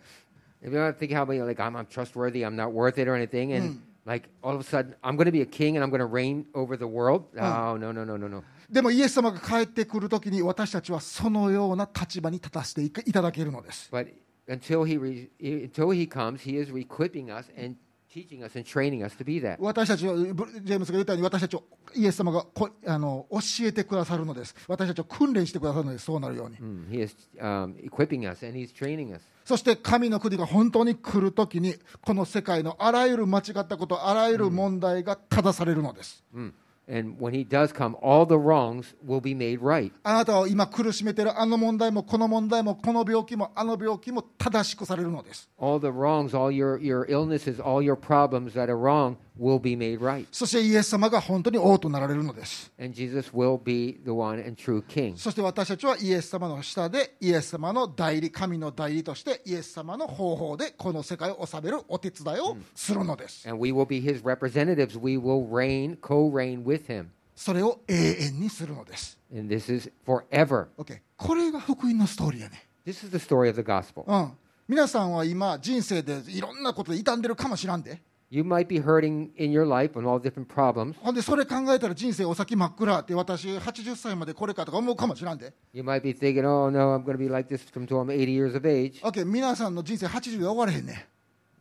If you don't think how many like I'm, I'm trustworthy, I'm not worth it or anything, and like all of a sudden I'm going to be a king and I'm going to reign over the world. Oh no no no no no! でもイエス様が帰ってくるときに私たちはそのような立場に立たせていくいただけるのです、 But until he, re- he- until he comes, he is equipping us and teaching us and training us to be that. 私たちはブジェームスが言ったように私たちをイエス様がこあの教えてくださるのです私たちを訓練してくださるのですそうなるように、 Mm, He is um, equipping us and he's training us. そして神の国が本当に来るときにこの世界のあらゆる間違ったことあらゆる問題が正されるのです、 Mm. And when he does come, all the wrongs will be made right. あなたを今苦しめてるあの問題もこの問題もこの病気もあの病気も正しくされるのです All the wrongs, all your, your illnesses, all your problems that are wrong will be made right. そしてイエス様が本当に王となられるのです And Jesus will be the one and true king. そして私たちはイエス様の下でイエス様の代理神の代理としてイエス様の方法でこの世界を治めるお手伝いをするのです、 And we will be his representatives. We will reign, co reign with him. それを永遠にするのです、 And this is forever. OK、これが福音のストーリーやね This is the story of the gospel. うん、皆さんは今人生でいろんなことで傷んでるかもしらんで You might be hurting in your life and all different problems. ほんでそれ考えたら人生お先真っ暗って私80歳までこれかとか思うかもしらんで You might be thinking, oh no, I'm going to be like this until I'm 80 years of age. OK 皆さんの人生80で終われへんね、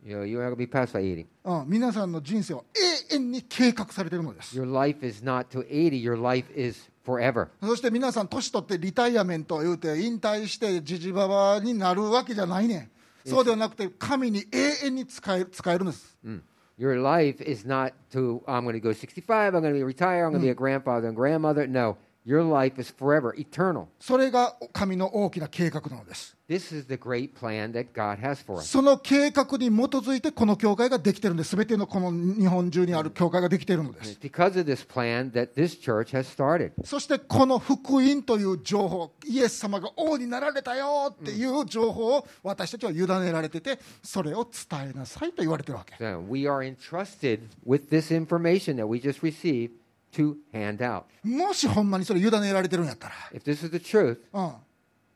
You know, you're not going to be past by 80. うん、皆さんの人生は永遠に計画されてるのです、 Your life is not till 80, your life is forever. そして皆さん年取ってリタイアメントを言うて引退してジジババになるわけじゃないねんそうではなくて神に永遠に使え使えるんです、 Mm. Your life is not to, I'm going to go 65, I'm going to be retired, I'm going to be a grandfather and grandmother. No, your life is forever, eternal. それが神の大きな計画なのです This is the great plan that God has for us. その計画に基づいてこの教会ができてるんですべてのこの日本中にある教会ができているので And す It's because of this plan that this church has started. そしてこの福音という情報イエス様が王になられたよっていう情報を私たちは委ねられててそれを伝えなさいと言われてるわけ So we are entrusted with this information that we just received to hand out. もしほんまにそれ委ねられてるんやったら If this is the truth, うん、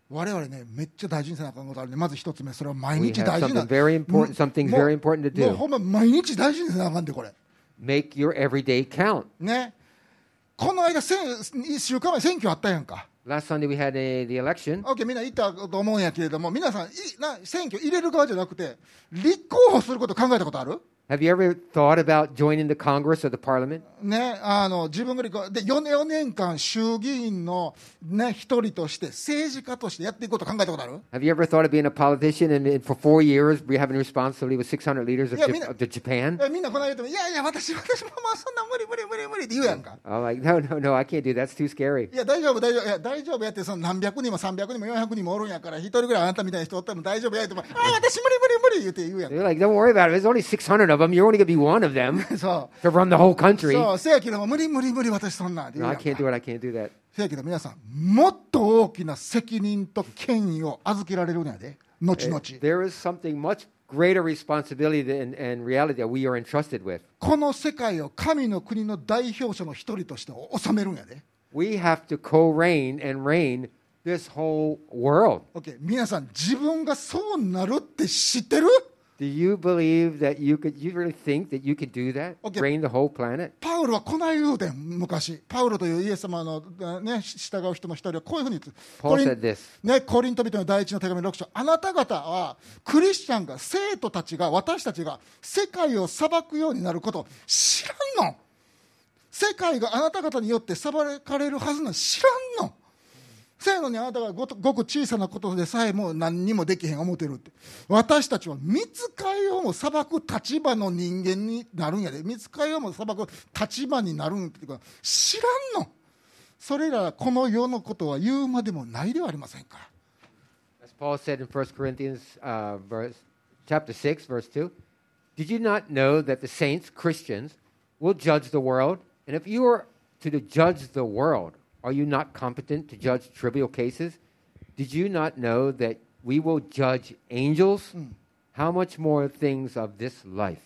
我々ね、めっちゃ大事にせなあかんことあるね、まず一つ目、それは毎 We 日大 have 事な something very important, something もう very important to もう do. ほんま、毎日大事にせなあかんで、これ。 Make your everyday count. ね。この間、せん一週間前、選挙あったやんか。 Last Sunday we had a, the election. オッケーみんな言ったと思うんやけれども、皆さんいな、選挙入れる側じゃなくて、立候補すること考えたことある Have you ever thought about joining the Congress or the Parliament? ね、あの自分が立候で 4, 年4年間、衆議院の、ね、一人として、政治家としてやっていくこと考えたことある Have you ever thought of being a politician and, and for four years we having responsibility with 600 leaders of, Yeah, uh, Jap- me neither. of the Japan? えみんなこの間言っても、いやいや、私、私もまあそんな無理、無理、無理、無理って言うやんか。 I'm like, no, no, no, I can't do that. That's too scary. いや、大丈夫、大丈夫、いや、大丈夫やって、その何百人も300人も400人もおるんやから、一人ぐらいあなたみたいな人おっても大丈夫やって、もうああ、私無理無理無理言うて言うやん They're like, don't worry about it. There's only 600 of them. You're only going to be one of them そ to run the whole う。 country. そう、せやけども、無理無理無理、私そんなんって言 No, うや I んか can't do it. I can't do that. せやけど、皆さん、もっと大きな責任と権威を預けられるんやで、後々。 There is something much greater responsibility than, and reality that we are entrusted with. この世界を神の国の代表者の一人として治めるんやで。 We have to co reign and reign this whole world. OK、皆さん、自分がそうなるって知ってる Do you believe that you could, you really think that you could do that? Okay. Reign the whole planet? パウロはこない言うてん昔パウロというイエス様の、あね、し従う人の一人はこういうふうに言って Paul コリン said this. ね、コリント人の第一の手紙6章あなた方はクリスチャンが生徒たちが私たちが世界を裁くようになることを知らんの世界があなた方によって裁かれるはずなん知らんのせやのにあなたがごとごく小さなことでさえも何にもできへん思ってるって私たちは見つかいをも裁く立場の人間になるんやで見つかいをも裁く立場になるんっていうか知らんのそれらこの世のことは言うまでもないではありませんか As Paul said in 1 Corinthians uh, verse, chapter 6, verse 2, did you not know that the saints, Christians, will judge the world? And if you are to judge the world, are you not competent to judge trivial cases? Did you not know that we will judge angels? How much more things of this life?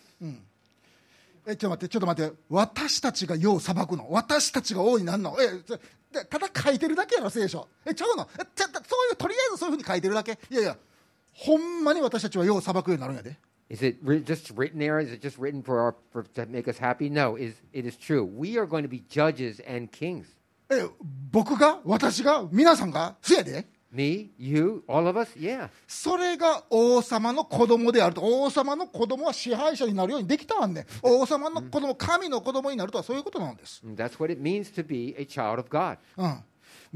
えちょっと待ってちょっと待って私たちが世を裁くの私たちが王になるのえちょでただ書いてるだけやろ聖書えちゃうのえちょっとそういうとりあえずそういうふうに書いてるだけいやいやほんまに私たちは世を裁くようになるんやで Is it re- just written there? Is it just written for, our, for to make us happy? No, is, it is true. We are going to be judges and kings. え僕が私が皆さんがせやで Me, you, all of us? Yeah. それが王様の子供であると王様の子供は支配者になるようにできたわんねん王様の子供、神の子供になるとはそういうことなんです、 And Mm, that's what it means to be a child of God. うん、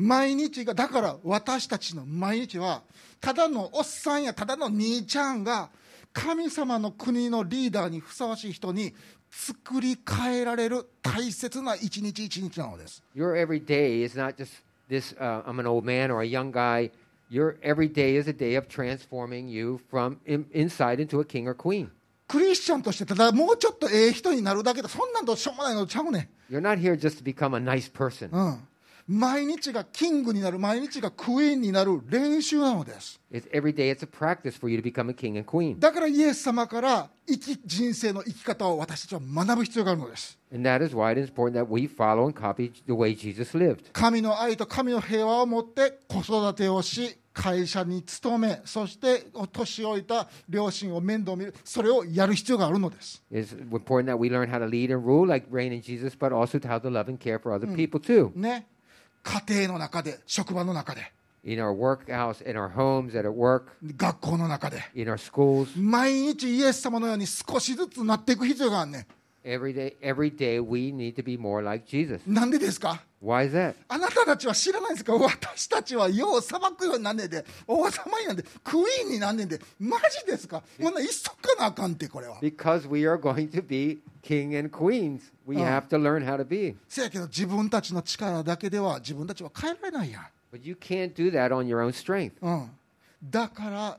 毎日がだから私たちの毎日はただのおっさんやただの兄ちゃんが神様の国のリーダーにふさわしい人に作り変えられる大切な一日一日なのです Your every day is not just this, uh, I'm an old man or a young guy. Your every day is a day of transforming you from in, inside into a king or queen. クリスチャンとしてただもうちょっとええ人になるだけでそんなんとしょうもないのちゃうねん You're not here just to become a nice person. うん、毎日がキングになる毎日がクイーンになる練習なのです It's every day it's a practice for you to become a king and queen. だからイエス様から生き人生の生き方を私たちは学ぶ必要があるのです And that is why it is important that we follow and copy the way Jesus lived. 神の愛と神の平和を持って子育てをし会社に勤めそして年老いた両親を面倒見るそれをやる必要があるのです It's important that we learn how to lead and rule like reign in Jesus, but also to how to love and care for other people too. ね家庭の中で職場の中で In our workhouse, in our homes, at our work, 学校の中で in our schools. 毎日イエス様のように少しずつなっていく必要があるね Every day, every day we need to be more like Jesus. んなんでですか Why is that? あなたたちは知らないんですか私たちは世を裁くようになんねんで、王様になんで、クイーンになんねんで、マジですかこんなん一足かなあかんって、これは。 Because we are going to be king and queens. We Oh. have to learn how to be. せやけど自分たちの力だけでは自分たちは変えられないやん。 But you can't do that on your own strength. うん、だから、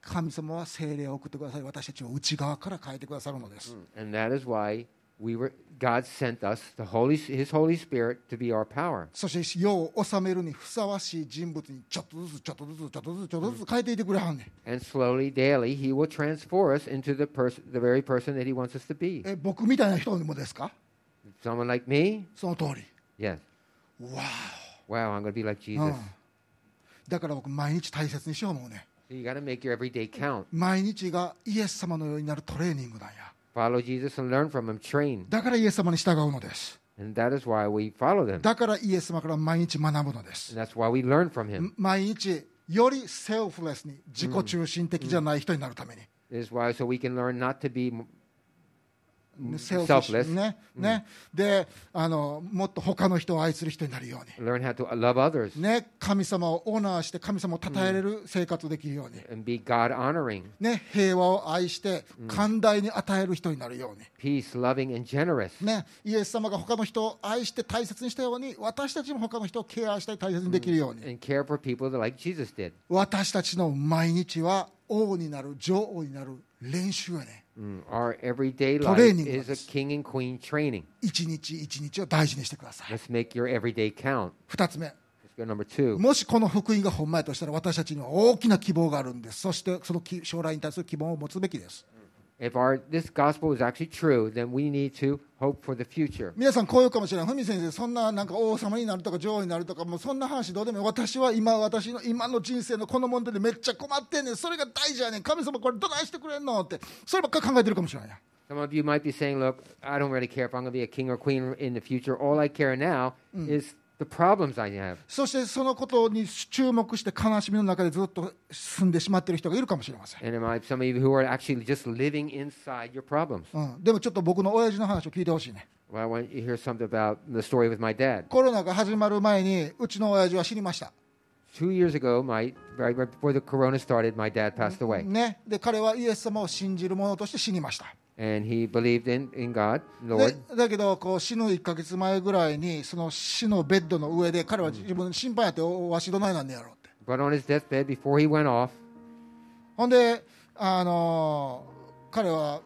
神様は精霊を送ってください。私たちを内側から変えてくださるのです。 And that is why we were God sent us the Holy His Holy Spirit to be our power. そして世を治めるにふさわしい人物にちょっとずつちょっとずつちょっとずつちょっとずつ変えていってくれはんねん。 And slowly, daily, He will transform us into the person, the very person that He wants us to be. え、僕みたいな人にもですか Someone like me, その通り。 yes. わ Wow, I'm going to be like お、う Jesus. ん、だから僕毎日大切にしよう思うねん。 So you got to make your everyday count. 毎日がイエス様のようになるトレーニングなんや Follow Jesus and learn from Him. Train. だからイエス様に従うのです And that is why we follow them. だからイエス様から毎日学ぶのです And that's why we learn from him. 毎日よりセルフレスに自己中心的じゃない人になるために、 This is why so we can learn not to be m- セルフレ selfless. スねね、であのもっと他の人を愛する人になるよう learn how to uh, love others に、ね、神様をオーナーして神様を称えれる生活できるように、 and be God honoring, ね、平和を愛して寛大に与える人になるように peace loving, and generous. ね、イエス様が他の人を愛して大切にしたように私たちも他の人をケアして大切にできるように、 And care for people that like Jesus did. 私たちの毎日は王になる女王になる練習やね Mm, Our everyday life Training is a ones. king and queen training. 一日一日を大事にしてください Let's make your everyday count. 二つ目 Let's go number two. もしこの福音が本前としたら私たちには大きな希望があるんですそしてそのき将来に対する希望を持つべきです If our this gospel is actually true, then we need to hope for the future. 皆さんこういうかもしれないふみ先生そんななんか王様になるとか女王になるとかもうそんな話どうでもいい私は今私の今の人生のこの問題でめっちゃ困ってんねんそれが大事やねん神様これどないしてくれんのってそればっかり考えてるかもしれないやん Some of you might be saying, "Look, I don't really care if I'm going to be a king or queen in the future. All I care now is the problems I have." そしてそのことに注目して悲しみの中でずっと住んでしまっている人がいるかもしれません、 And there might be some of you who are actually just living inside your problems. うん、でもちょっと僕の親父の話を聞いてほしいね Well, I want you to hear something about the story with my dad. コロナが始まる前にうちの親父は死にました、 Two years ago, my right, right before the corona started, my dad passed away, ね、で彼はイエス様を信じる者として死にました、 and he believed in in God, で Lord. だけどこう死ぬ1か月前ぐらいにその死のベッドの上で彼は自分心配やっておわしどないなんねやろうって But on his deathbed, before he went off, ほんで、あのー彼は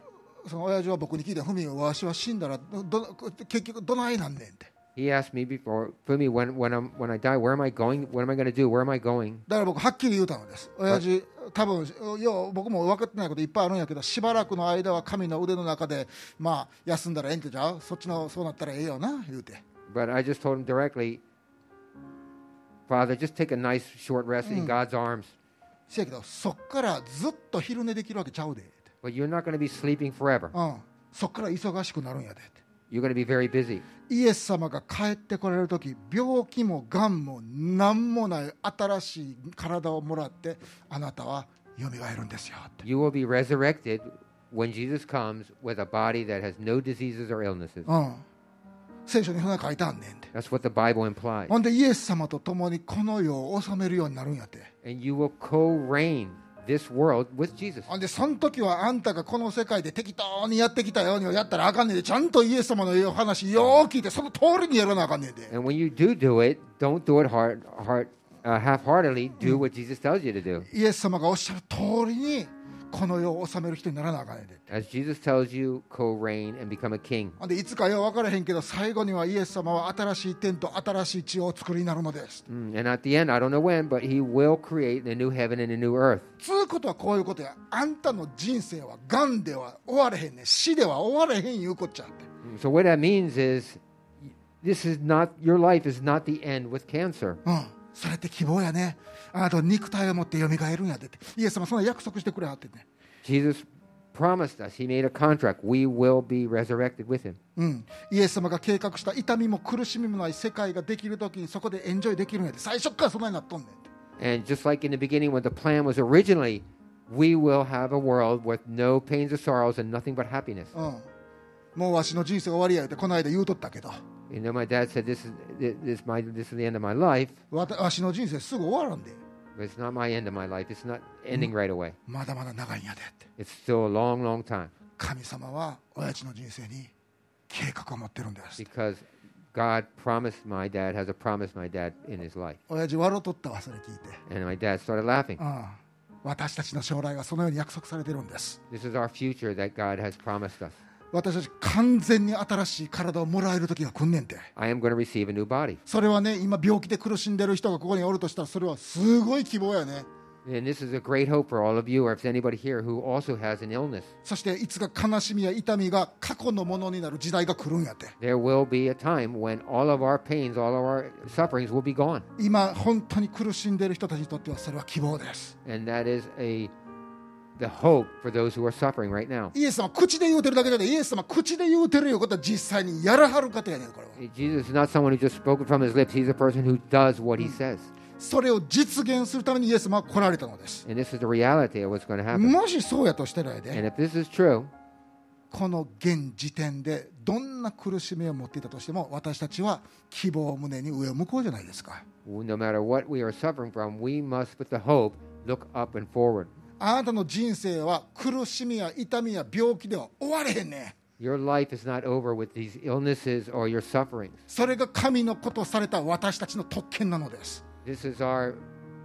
その親父は僕に聞いた「ふみわしは死んだらどど結局どないなんねん」って he asked me before, "Fumi, when when I'm when I die, where am I going? What am I going to do? Where am I going?" だから僕はっきり言うたのです親父多分よう僕も分かってないこといっぱいあるんやけどしばらくの間は神の腕の中でまあ休んだらええんけちゃうそっちのそうなったらええよな言うて But I just told him directly, "Father, just take a nice short rest in God's arms." せやけどそっからずっと昼寝できるわけちゃうでって But you're not going to be sleeping forever. うんそっから忙しくなるんやでって You're going to be very busy. イエス様が帰ってこられる時病気もがんも何もない新しい体をもらってあなたは蘇るんですよって You will be resurrected when Jesus comes with a body that has no diseases or illnesses. うん聖書にそんな書いてあんねんって That's what the Bible implies. ほんでイエス様と共にこの世を治めるようになるんやって。 And you will co reign this world with Jesus. ほんでその時はあんたがこの世界で適当にやってきたようにはやったらあかんねんでちゃんとイエス様のお話よう聞いてその通りにやらなあかんねんで And when you do do it, don't do it hard, hard, uh, half-heartedly. Do what Jesus tells you to do. イエス様がおっしゃる通りにこの世を治める人にならなあかんねんで As Jesus tells you, co-reign and become a king. ほんでいつかよう分からへんけど最後にはイエス様は新しい天と新しい地をお作りになるのです Mm, And at the end, I don't know when, but He will create a new heaven and a new earth. つうことはこういうことやあんたの人生はがんでは終われへんねん死では終われへんいうこっちゃって Mm, So what that means is, this is not your life is not the end with cancer. うん、それって希望やね。あなたは肉体を持って蘇るんやでって。イエス様そんな約束してくれはってね。 Jesus promised us. He made a contract. We will be resurrected with Him. うん、イエス様が計画した痛みも苦しみもない世界ができるときにそこでエンジョイできるんやで最初っからそんなになっとんねんって And just like in the beginning when the plan was originally, we will have a world with no pains or sorrows and nothing but happiness. うん、もうわしの人生終わりやってこの間言うとったけど You know, my dad said, "This is this my this is the end of my life, わたわしの人生すぐ終わるんで but it's not my end of my life. It's not ending right away. まだまだ長いんやでって It's still a long, long time 神様は親父の人生に計画を持ってるんですって because God promised my dad has a promise my dad in his life." 親父笑うとったわそれ聞いて、 And my dad started laughing. うん、私たちの将来はそのように約束されてるんです This is our future that God has promised us. 私たち完全に新しい体をもらえる時が来んねんて I am going to receive a new body. それはね今病気で苦しんでる人がここにおるとしたらそれはすごい希望やね And this is a great hope for all of you, or if there's anybody here who also has an illness. そしていつか悲しみや痛みが過去のものになる時代が来るんやって There will be a time when all of our pains, all of our sufferings will be gone. 今本当に苦しんでる人たちにとってはそれは希望です And that is a the hope for those who are suffering right now. イエス様口で言うてるだけじゃなくてイエス様口で言うてるいうことは実際にやらはる方やねんこれは Jesus is not someone who just spoke it from his lips. He's a person who does what he says. それを実現するためにイエス様は来られたのです And this is the reality of what's going to happen. もしそうやとしてないで And if this is true, この現時点でどんな苦しみを持っていたとしても私たちは希望を胸に上を向こうじゃないですか no matter what we are suffering from, we must, with the hope, look up and forward. あなたの人生は苦しみや痛みや病気では終われへんねん Your life is not over with these illnesses or your sufferings. それが神のことされた私たちの特権なのです、 This is our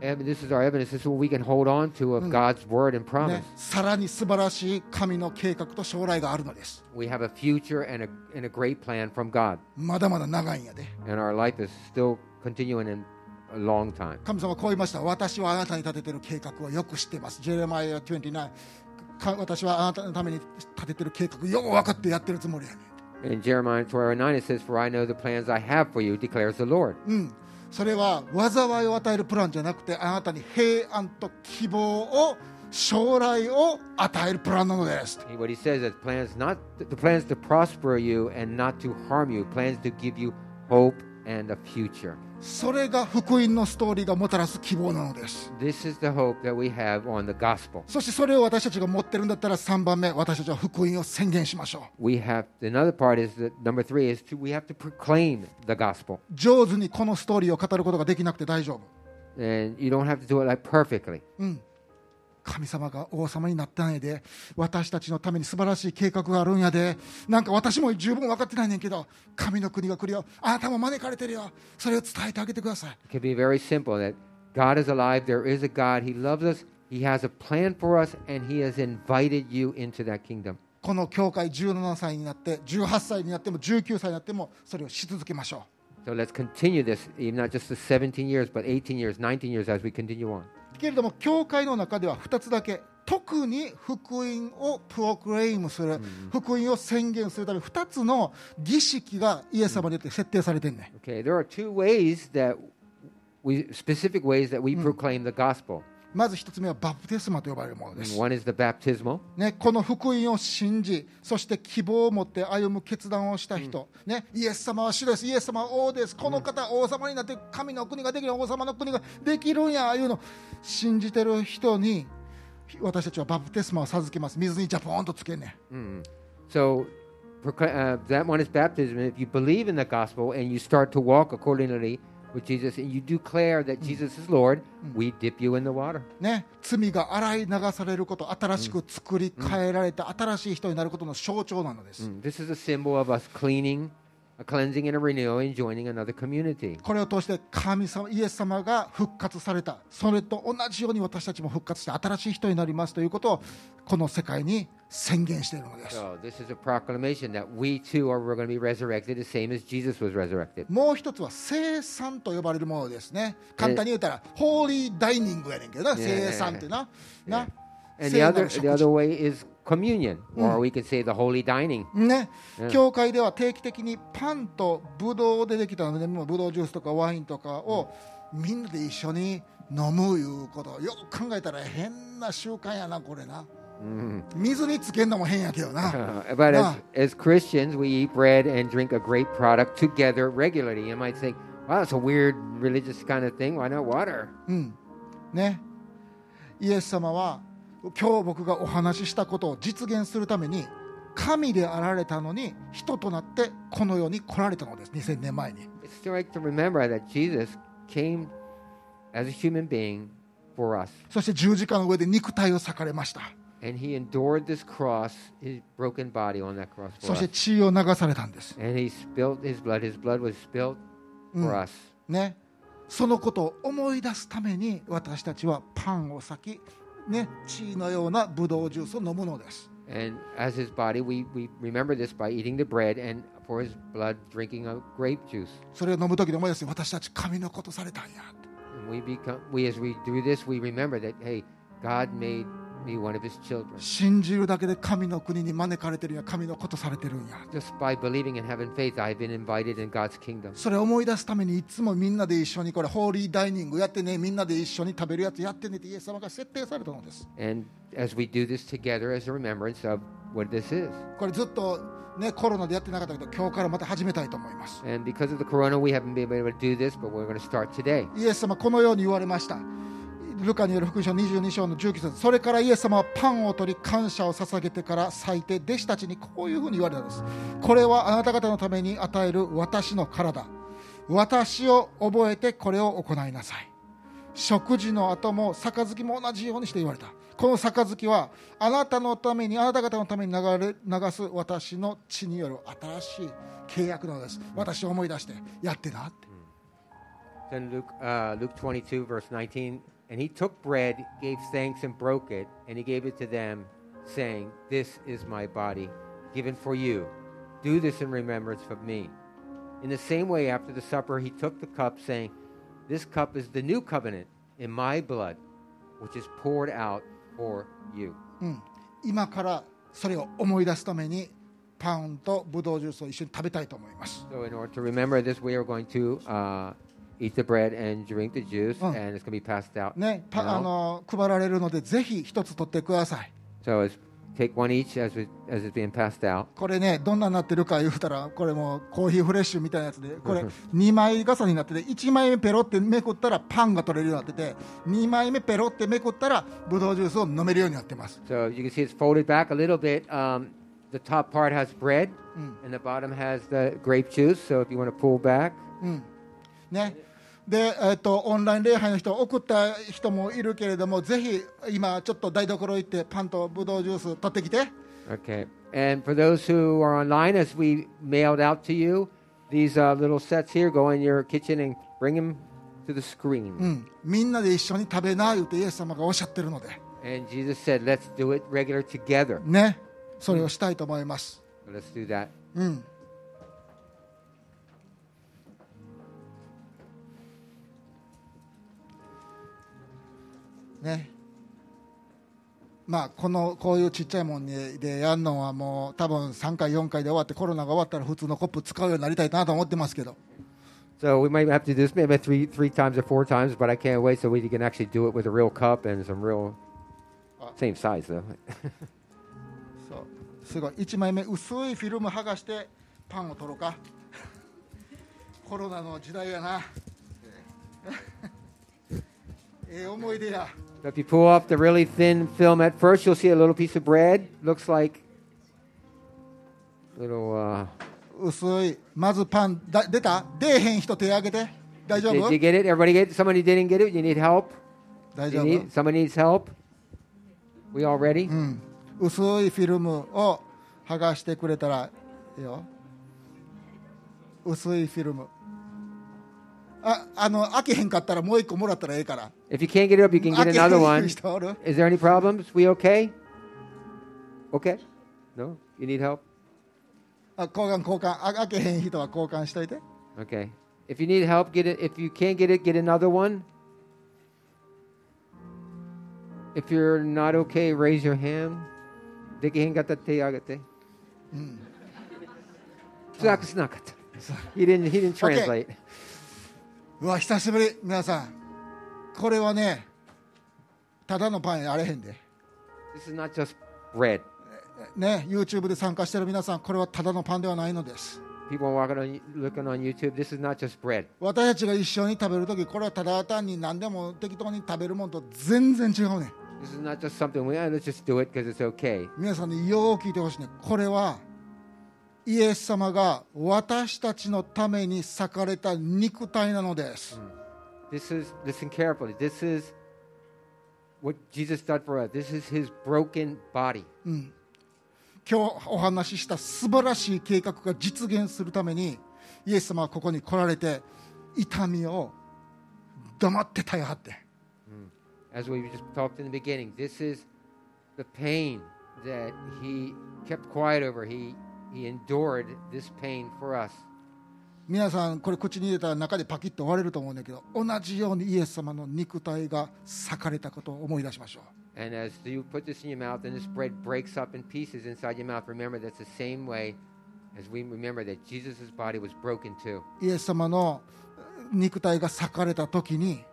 ev- this is our evidence. This is what we can hold on to of God's word and ね promise. さらに素晴らしい神の計画と将来があるのです We have a future and a and a great plan from God, まだまだ長いんやで and our life is still continuing in a long time. 神様はこう言いました私はあなたに立ててる計画をよく知っていますジェレマイア29か私はあなたのために立ててる計画よく分かってやってるつもりやねん In Jeremiah 12 9 it says, "For I know the plans I have for you," declares the Lord. うん、それは災いを与えるプランじゃなくてあなたに平安と希望を将来を与えるプランなのです、 He- What he says is plans not the plans to prosper you and not to harm you, plans to give you hope and a future. それが福音のストーリーがもたらす希望なのです This is the hope that we have on the gospel. そしてそれを私たちが持ってるんだったら3番目私たちは福音を宣言しましょ We have another part is that number three is to, we have to proclaim the gospel, う上手にこのストーリーを語ることができなくて大丈夫 and you don't have to do it like perfectly. 神様が王様になってないで私たちのために素晴らしい計画があるんやでなんか私も十分分かってないねんけど神の国が来るよあなたも招かれてるよそれを伝えてあげてください It can be very simple that God is alive, there is a God, He loves us, He has a plan for us, and He has invited you into that kingdom. この教会17歳になって18歳になっても19歳になってもそれをし続けましょ So let's continue this, even not just the 17 years, but 18 years, 19 years as we continue on. うけれども教会の中では2つだけ特に福音をプロクレイムする、福音を宣言するため2つの儀式がイエス様によって設定されてんねん Okay, there are two ways that we, specific ways that we proclaim the gospel. まず1つ目はバプテスマと呼ばれるものです One is the baptismal, ね、この福音を信じ、そして希望を持って歩む決断をした人、ね、イエス様は主です、イエス様は王です、この方、王様になって、神の国ができる、王様の国ができるんや、いうのを信じてる人に、私たちはバプテスマを授けます、水にジャポンとつけんねん So procla- uh, that one is baptism. If you believe in the gospel and you start to walk accordingly with Jesus and you declare that Jesus is Lord, we dip you in the water. ね、罪が洗い流されること、新しく作り変えられた、新しい人になることの象徴なのです。Mm. This is a symbol of us cleaning, a cleansing, and a renewing, joining another community. これを通して神様イエス様が復活されたそれと同じように私たちも復活して新しい人になりますということをこの世界に宣言しているのです So this is a proclamation that we too are we're going to be resurrected, the same as Jesus was resurrected. もう一つは生産と呼ばれるものですね簡単に言うたらホーリーダイニングやねんけどなね生産ってなな And 聖 the なる other 食 the 事 other way is communion, or we could say the holy dining. ね、教会では定期的にパンとブドウでできたのでもうブドウジュースとかワインとかをみんなで一緒に飲むいうことよく考えたら変な習慣やなこれな、水につけんのも変 やけどな Uh, but Nah. as, as Christians, we eat bread and drink a grape product together regularly. You might think, wow, that's a weird religious kind of thing. Why not water? ねイエス様は今日僕がお話ししたことを実現するために神であられたのに人となってこの世に来られたのです2000年前に It's still like to remember that Jesus came as a human being for us, そして十字架の上で肉体を裂かれました and he endured this cross, his broken body on that cross for そし us. て血を流されたんです And he spilled his blood. His blood was spilled for us. ね、そのことを思い出すために私たちはパンを裂き、ね、血のようなブドウジュースを飲むのです。 And as his body, we, we remember this by eating the bread and for his blood, drinking a grape juice. それを飲む時に思い出して私たち神のことされたんや And we become we as we do this, we remember that hey, God made me one of his children. 信じるだけで神の国に招かれてるんや神のことされてるんや Just by believing and having faith, I've been invited in God's kingdom. それを思い出すためにいつもみんなで一緒にこれホーリーダイニングやってねみんなで一緒に食べるやつやってねってイエス様が設定されたのです And as we do this together as a remembrance of what this is. これずっと、ね、コロナでやってなかったけど今日からまた始めたいと思います And because of the corona, we haven't been able to do this, but we're going to start today. イエス様このように言われましたルカによる福音書22章の19節それからイエス様はパンを取り感謝を捧げてから咲いて弟子たちにこういうふうに言われたんですこれはあなた方のために与える私の体私を覚えてこれを行いなさい食事の後も杯も同じようにして言われたこの杯はあなたのためにあなた方のために流れ流す私の血による新しい契約なのです私を思い出してやってなって Then Luke uh, Luke 22 verse 19, and he took bread, gave thanks, and broke it, and he gave it to them, saying, "This is my body, given for you. Do this in remembrance of me." In the same way, after the supper, he took the cup, saying, "This cup is the new covenant in my blood, which is poured out for you." 今からそれを思い出すためにパンとブドウジュースを一緒に食べたいと思います So, in order to remember this, we are going to uh, eat the bread and drink the juice, Mm. and it's going to be passed out. ねパ now. あの配られるのでぜひ一つ取ってください So it's Take one each as, it, as it's being passed out. これねどんなになってるか言うたらこれもうコーヒーフレッシュみたいなやつでこれ2枚重ねになってて1枚目ペロってめくったらパンが取れるようになってて2枚目ペロってめくったらブドウジュースを飲めるようになってます So you can see it's folded back a little bit. Um, the top part has bread, and the bottom has the grape juice. So if you want to pull back, ねでえっとオンライン礼拝の人送った人もいるけれどもぜひ今ちょっと台所行ってパンとブドウジュース取ってきて okay. And for those who are online, as we mailed out to you, these uh, little sets here go in your kitchen and bring them to the screen. うんみんなで一緒に食べな言うてイエス様がおっしゃってるので And Jesus said, "Let's do it regular together. ねそれをしたいと思います、 Let's do that." うん、ねまあこのこういうちっちゃいもんにでやるのはもう多分3回4回で終わってコロナが終わったら普通のコップ使うようになりたいなと思ってますけど So we might have to do this maybe three three times or four times, but I can't wait so we can actually do it with a real cup and some real same size though. そうすごい1枚目薄いフィルム剥がしてパンを取ろうか コロナの時代やなええ思い出や But if you pull off the really thin film at first, you'll see a little piece of bread. Looks like little. Uh, 薄いまずパンだ出た出えへん人手挙げて大丈 did 夫 you get it? Everybody get it? Somebody didn't get it. You need help. 大 You 丈夫 need, somebody needs help. We all ready? うん薄いフィルムを剥がしてくれたらいいよ薄いフィルムああの開けへんかったらもう一個もらったらええから If you can't get it up, you can 開 get け another へ one. ん人おる Is there any problems? We okay? Okay. No. You need help. あ交換交換あ開けへん人は交換しといて Okay. If you need help, get it. If you can't get it, get another one. If you're not okay, raise your hand. De que hengata te agate. Zakus nakata. He didn't. He didn't Okay. translate. うわ久しぶり皆さんこれはねただのパンやあれへんで This is not just bread. ね YouTube で参加してる皆さんこれはただのパンではないのです People walking on, looking on YouTube. This is not just bread. 私たちが一緒に食べるときこれはただ単に何でも適当に食べるもんと全然違うねん This is not just something we. "Ah, let's just do it because it's okay. 皆さんによう聞いてほしいねこれはイエス様が私たちのために裂かれた肉体なのです、 This is. Listen carefully. This is what Jesus done for us. This is His broken body. 今日お話しした素晴らしい計画が実現するためにイエス様はここに来られて痛みを黙って耐えはって、 as we just talked in the beginning, this is the pain that he kept quiet over. He he endured this pain for us. 皆さんこれ口に入れたら中でパキッと割れると思うんだけど同じようにイエス様の肉体が裂かれたことを思い出しましょう And as you put this in your mouth and this bread breaks up in pieces inside your mouth, remember that's the same way as we remember that Jesus' body was broken too. イエス様の肉体が裂かれた時に、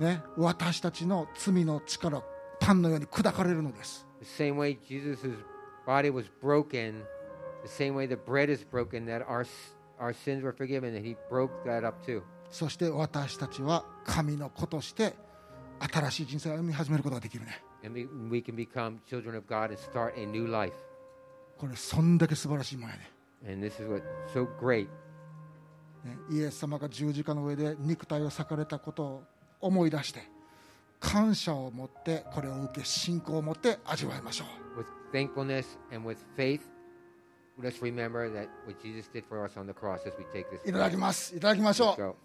ね、私たちの罪の力パンのように砕かれるのです The same way Jesus' body was broken, the same way the bread is broken, that our s- our sins were forgiven, and he broke that up too. そして私たちは神の子として新しい人生を歩み始めることができるね And we, we can become children of God and start a new life. これそんだけ素晴らしいもんやね And this is what's so great ねイエス様が十字架の上で肉体を裂かれたことを思い出して感謝を持ってこれを受け信仰を持って味わいましょう with thankfulness and with faith. Let's remember that what Jesus did for us on the cross as we take this. いただきますいただきましょ Let's う go.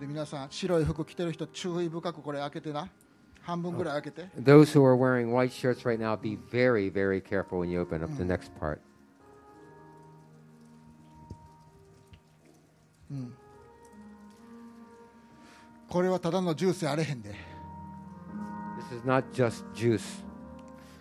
で皆さん白い服着てる人注意深くこれ開けてな半分ぐらい開けて Those who are wearing white shirts right now, be very, very careful when you open up the next part. これはただのジュースやあれへんで This is not just juice.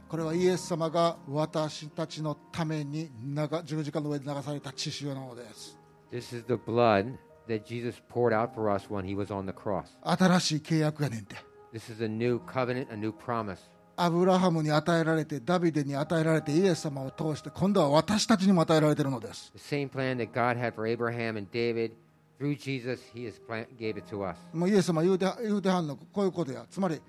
これはイエス様が私たちのために流十字架の上で流された血潮なのです This is the blood that Jesus poured out for us when he was on the cross. 新しい契約やねんて This is a new covenant, a new promise. アブラハムに与えられてダビデに与えられてイエス様を通して今度は私たちにも与えられているのです The same plan that God had for Abraham and David, through Jesus, he has plan- gave it to us. もうイエス様言うて言うてはんのこういうことやつまり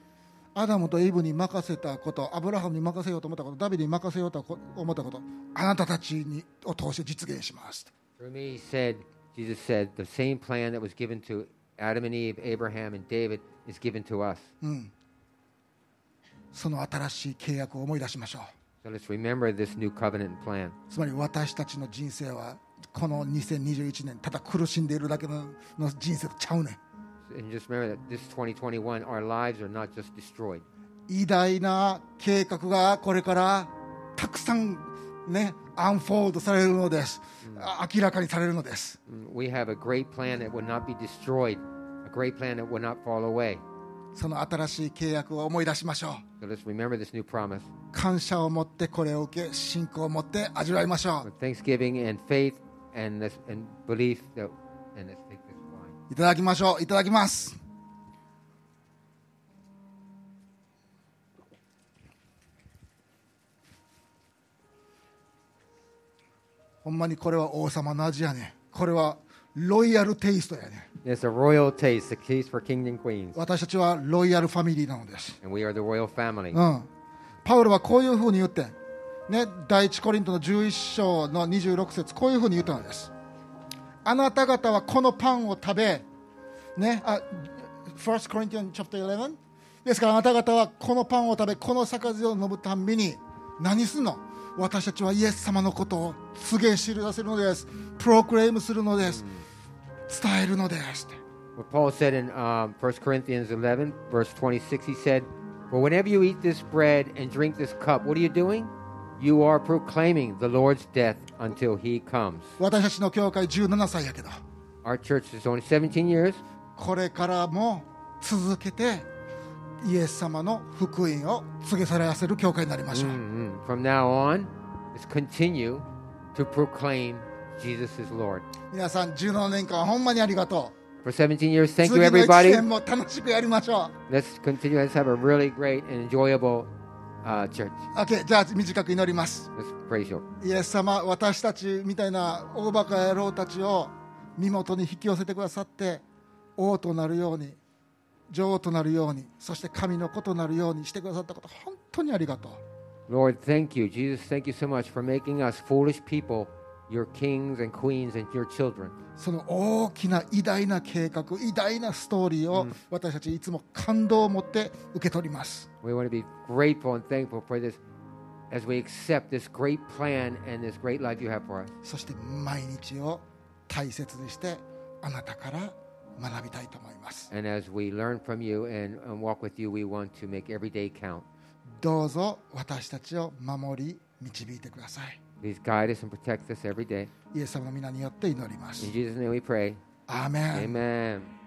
アダムとイブに任せたことアブラハムに任せようと思ったことダビデに任せようと思ったことあなたたちにを通して実現しますと Through me, he said, Jesus said, the same plan that was given to Adam and Eve, Abraham and David is given to us. その新しい契約を思い出しましょう So let's remember this new covenant plan. つまり私たちの人生はこの2021年ただ苦しんでいるだけのの人生とちゃうねん And just remember that this 2021, our lives are not just destroyed. 偉大な計画がこれからたくさんねアンフォードされるのです、あ明らかにされるのです Mm, We have a great plan that will not be destroyed, a great plan that will not fall away. その新しい契約を思い出しましょう So let's remember this new promise. 感謝を持ってこれを受け信仰を持って味わいましょ With thanksgiving and faith and, this, and belief, that, and let's take this wine. ういただきましょういただきますほんまにこれは王様の味やねこれはロイヤルテイストやね It's a royal taste, a taste for kings and queens. 私たちはロイヤルファミリーなのです、 And we are the royal family. うん、パウロはこういうふうに言ってん、ね、第一コリントの11章の26節こういうふうに言ったのですあなた方はこのパンを食べ、ね、あ First Corinthians chapter 11ですからあなた方はこのパンを食べこの杯を飲むたんびに何すんの私たちはイエス様のことを告げ知らせるのですプロクレームするのです伝えるのですって What Paul said in um, 1 Corinthians 11, verse 26, he said, For whenever you eat this bread and drink this cup, what are you doing? You are proclaiming the Lord's death until he comes. 私たちの教会17歳やけど Our church is only 17 years. これからも続けてイエス様の福音を告げさらせる教会になりましょう、 Mm-mm. Mm-hmm. From now on, let's continue to proclaim Jesus is Lord. 皆さん17年間ほんまにありがと For 17 years, う thank you, 次の1 everybody. 年も楽しくやりましょ Let's continue. Let's have a really great and enjoyable uh, church. う OK じゃあ短く祈ります Let's praise you. イエス様私たちみたいな大バカ野郎たちを身元に引き寄せてくださって王となるように女王となるようにそして神の子となるようにしてくださったこと本当にありがとう Lord, thank you. Jesus, thank you so much for making us foolish people, your kings and queens and your children. その大きな偉大な計画偉大なストーリーを私たちいつも感動を持って受け取ります、 We want to be grateful and thankful for this as we accept this great plan and this great life you have for us. そして毎日を大切にしてあなたから学びたいと思います And as we learn from you and, and walk with you, we want to make every day count. どうぞ私たちを守り導いてください Please guide us and protect us every day. イエス様の皆によって祈ります In Jesus' name we pray. アーメン Amen.